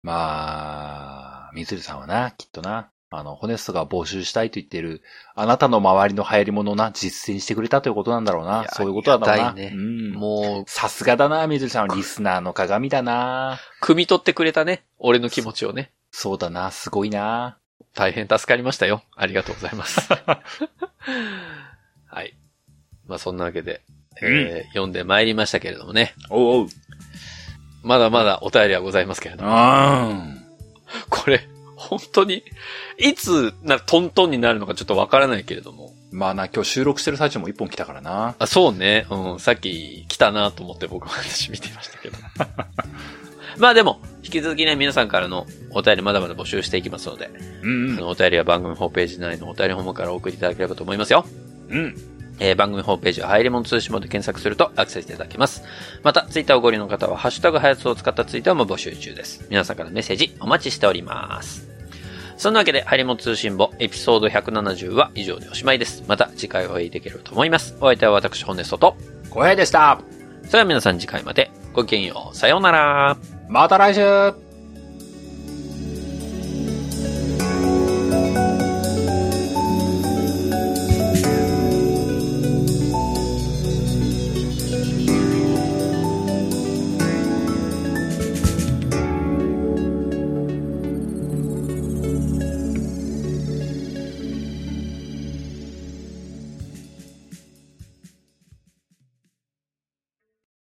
Speaker 2: まあ、水木さんはな、きっとな。あの、ホネストが募集したいと言っている、あなたの周りの流行りものをな、実践してくれたということなんだろう
Speaker 1: いや
Speaker 2: な。そういうことなんだろ
Speaker 1: あ
Speaker 2: うな。
Speaker 1: りがたいね
Speaker 2: うん。もう
Speaker 1: もう、
Speaker 2: さすがだな、水木さんはリスナーの鏡だな。
Speaker 1: 汲み取ってくれたね。俺の気持ちをね。
Speaker 2: そうだな、すごいな。
Speaker 1: 大変助かりましたよ。ありがとうございます。 <laughs> はい。まあそんなわけで、えー読んでまいりましたけれどもね。
Speaker 2: おうおう。
Speaker 1: まだまだお便りはございますけれども。
Speaker 2: うん。
Speaker 1: これ、本当に、いつな、トントンになるのかちょっとわからないけれども。
Speaker 2: まあな、今日収録してる最中も一本来たからな。
Speaker 1: あ、そうね。うん、さっき来たなと思って僕も私見てましたけ
Speaker 2: <laughs>
Speaker 1: ど。まあでも、引き続きね、皆さんからのお便りまだまだ募集していきますので、
Speaker 2: うん
Speaker 1: あのお便りは番組ホームページ内のお便りホームからお送りいただければと思いますよ。
Speaker 2: うん。
Speaker 1: えー番組ホームページは入り物通信簿で検索するとアクセスいただけます。また、ツイッターをご利用の方は、ハッシュタグハヤツを使ったツイートも募集中です。皆さんからのメッセージお待ちしております。そんなわけで、入り物通信簿エピソード170は以上でおしまいです。また次回お会いできればと思います。お相手は私、本音ソと。
Speaker 2: 小平でした。
Speaker 1: それでは皆さん次回までごきげんよう。さようなら。
Speaker 2: また来週